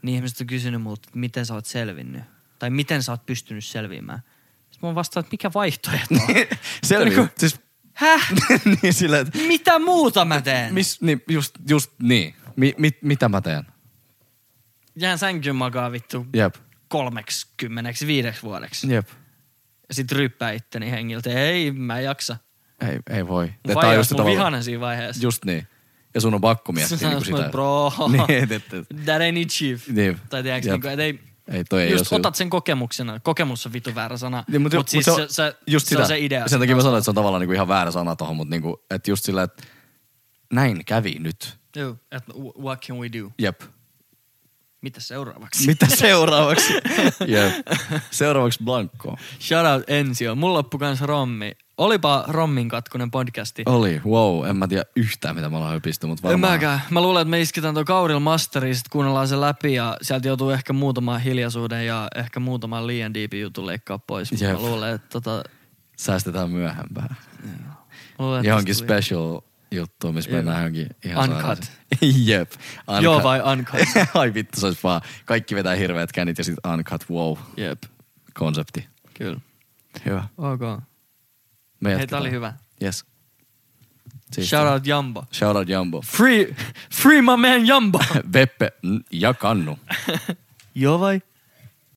[SPEAKER 2] Niin ihmiset on kysynyt multa, että miten sä oot selvinnyt. Tai miten sä oot pystynyt selviämään. Sitten mä oon vastaan, että mikä vaihtoehto on.
[SPEAKER 4] Selvi.
[SPEAKER 2] Niin kuin-
[SPEAKER 4] Siis,
[SPEAKER 2] (laughs)
[SPEAKER 4] (laughs)
[SPEAKER 2] Häh?
[SPEAKER 4] niin sillä, että
[SPEAKER 2] Mitä muuta mä teen?
[SPEAKER 4] mis, niin, just, just niin. Mi, mit, mitä mä teen?
[SPEAKER 2] Jään sänkyyn makaa vittu
[SPEAKER 4] Jep.
[SPEAKER 2] 35 vuodeksi.
[SPEAKER 4] Jep.
[SPEAKER 2] Ja sit ryppää itteni hengiltä. Ei, mä en jaksa.
[SPEAKER 4] Ei, ei voi.
[SPEAKER 2] Mun
[SPEAKER 4] Tää
[SPEAKER 2] faija
[SPEAKER 4] on
[SPEAKER 2] on
[SPEAKER 4] just
[SPEAKER 2] mun
[SPEAKER 4] tavallaan-
[SPEAKER 2] vihanen siinä vaiheessa.
[SPEAKER 4] Just niin. Ja sun on pakko miettiä
[SPEAKER 2] Sitten
[SPEAKER 4] niin
[SPEAKER 2] sanois mulle,
[SPEAKER 4] sitä.
[SPEAKER 2] bro,
[SPEAKER 4] (laughs) niin, et, et, et.
[SPEAKER 2] that ain't it chief.
[SPEAKER 4] Niin.
[SPEAKER 2] Tai tiedäks,
[SPEAKER 4] Jep.
[SPEAKER 2] niinku, et ei,
[SPEAKER 4] Ei, toi ei oo
[SPEAKER 2] just
[SPEAKER 4] se-
[SPEAKER 2] otat sen kokemuksena. Kokemus on vitu väärä sana.
[SPEAKER 4] Niin,
[SPEAKER 2] mut,
[SPEAKER 4] jo-
[SPEAKER 2] siis
[SPEAKER 4] se
[SPEAKER 2] se,
[SPEAKER 4] on-
[SPEAKER 2] se,
[SPEAKER 4] just
[SPEAKER 2] se
[SPEAKER 4] sitä.
[SPEAKER 2] on se idea.
[SPEAKER 4] Sen takia mä sanoin, että se on tavallaan niinku ihan väärä sana tohon, mutta niinku, että just sillä, että näin kävi nyt.
[SPEAKER 2] Joo, et wh- what can we do?
[SPEAKER 4] Jep.
[SPEAKER 2] Mitä seuraavaksi?
[SPEAKER 4] Mitä seuraavaksi? Jep. Seuraavaksi Blanco.
[SPEAKER 2] (laughs) Shout out Ensio. Mulla loppu kans rommi. Olipa rommin katkunen podcasti.
[SPEAKER 4] Oli, wow, en mä tiedä yhtään mitä me ollaan höpisty, mutta
[SPEAKER 2] En
[SPEAKER 4] Oh, varmaan.
[SPEAKER 2] mäkään. Mä luulen, että me isketään tuo kaudilla masteriin, sit kuunnellaan se läpi ja sieltä joutuu ehkä muutaman hiljaisuuden ja ehkä muutaman liian diipin jutun leikkaa pois. Mut Mä
[SPEAKER 4] Jep.
[SPEAKER 2] luulen, että tota...
[SPEAKER 4] Säästetään myöhempään.
[SPEAKER 2] mä Luulen, että
[SPEAKER 4] Johonkin
[SPEAKER 2] tästä tuli-
[SPEAKER 4] special juttu, missä
[SPEAKER 2] Jep.
[SPEAKER 4] mennään johonkin ihan
[SPEAKER 2] Uncut.
[SPEAKER 4] sairaaseen. (laughs) Jep. Uncut.
[SPEAKER 2] Joo vai uncut?
[SPEAKER 4] (laughs) Ai vittu, se olisi vaan. Kaikki vetää hirveät kännit ja sitten uncut, wow.
[SPEAKER 2] (laughs) Jep,
[SPEAKER 4] Konsepti.
[SPEAKER 2] kyllä.
[SPEAKER 4] Hyvä.
[SPEAKER 2] Ok.
[SPEAKER 4] Me
[SPEAKER 2] Hei, tää
[SPEAKER 4] jatketaan.
[SPEAKER 2] oli hyvä.
[SPEAKER 4] Yes. Siistiä.
[SPEAKER 2] Shout out Jamba.
[SPEAKER 4] Shout out Jumbo. (laughs)
[SPEAKER 2] Free, free my man Jamba.
[SPEAKER 4] Veppe mm, ja Kannu.
[SPEAKER 2] Joo vai?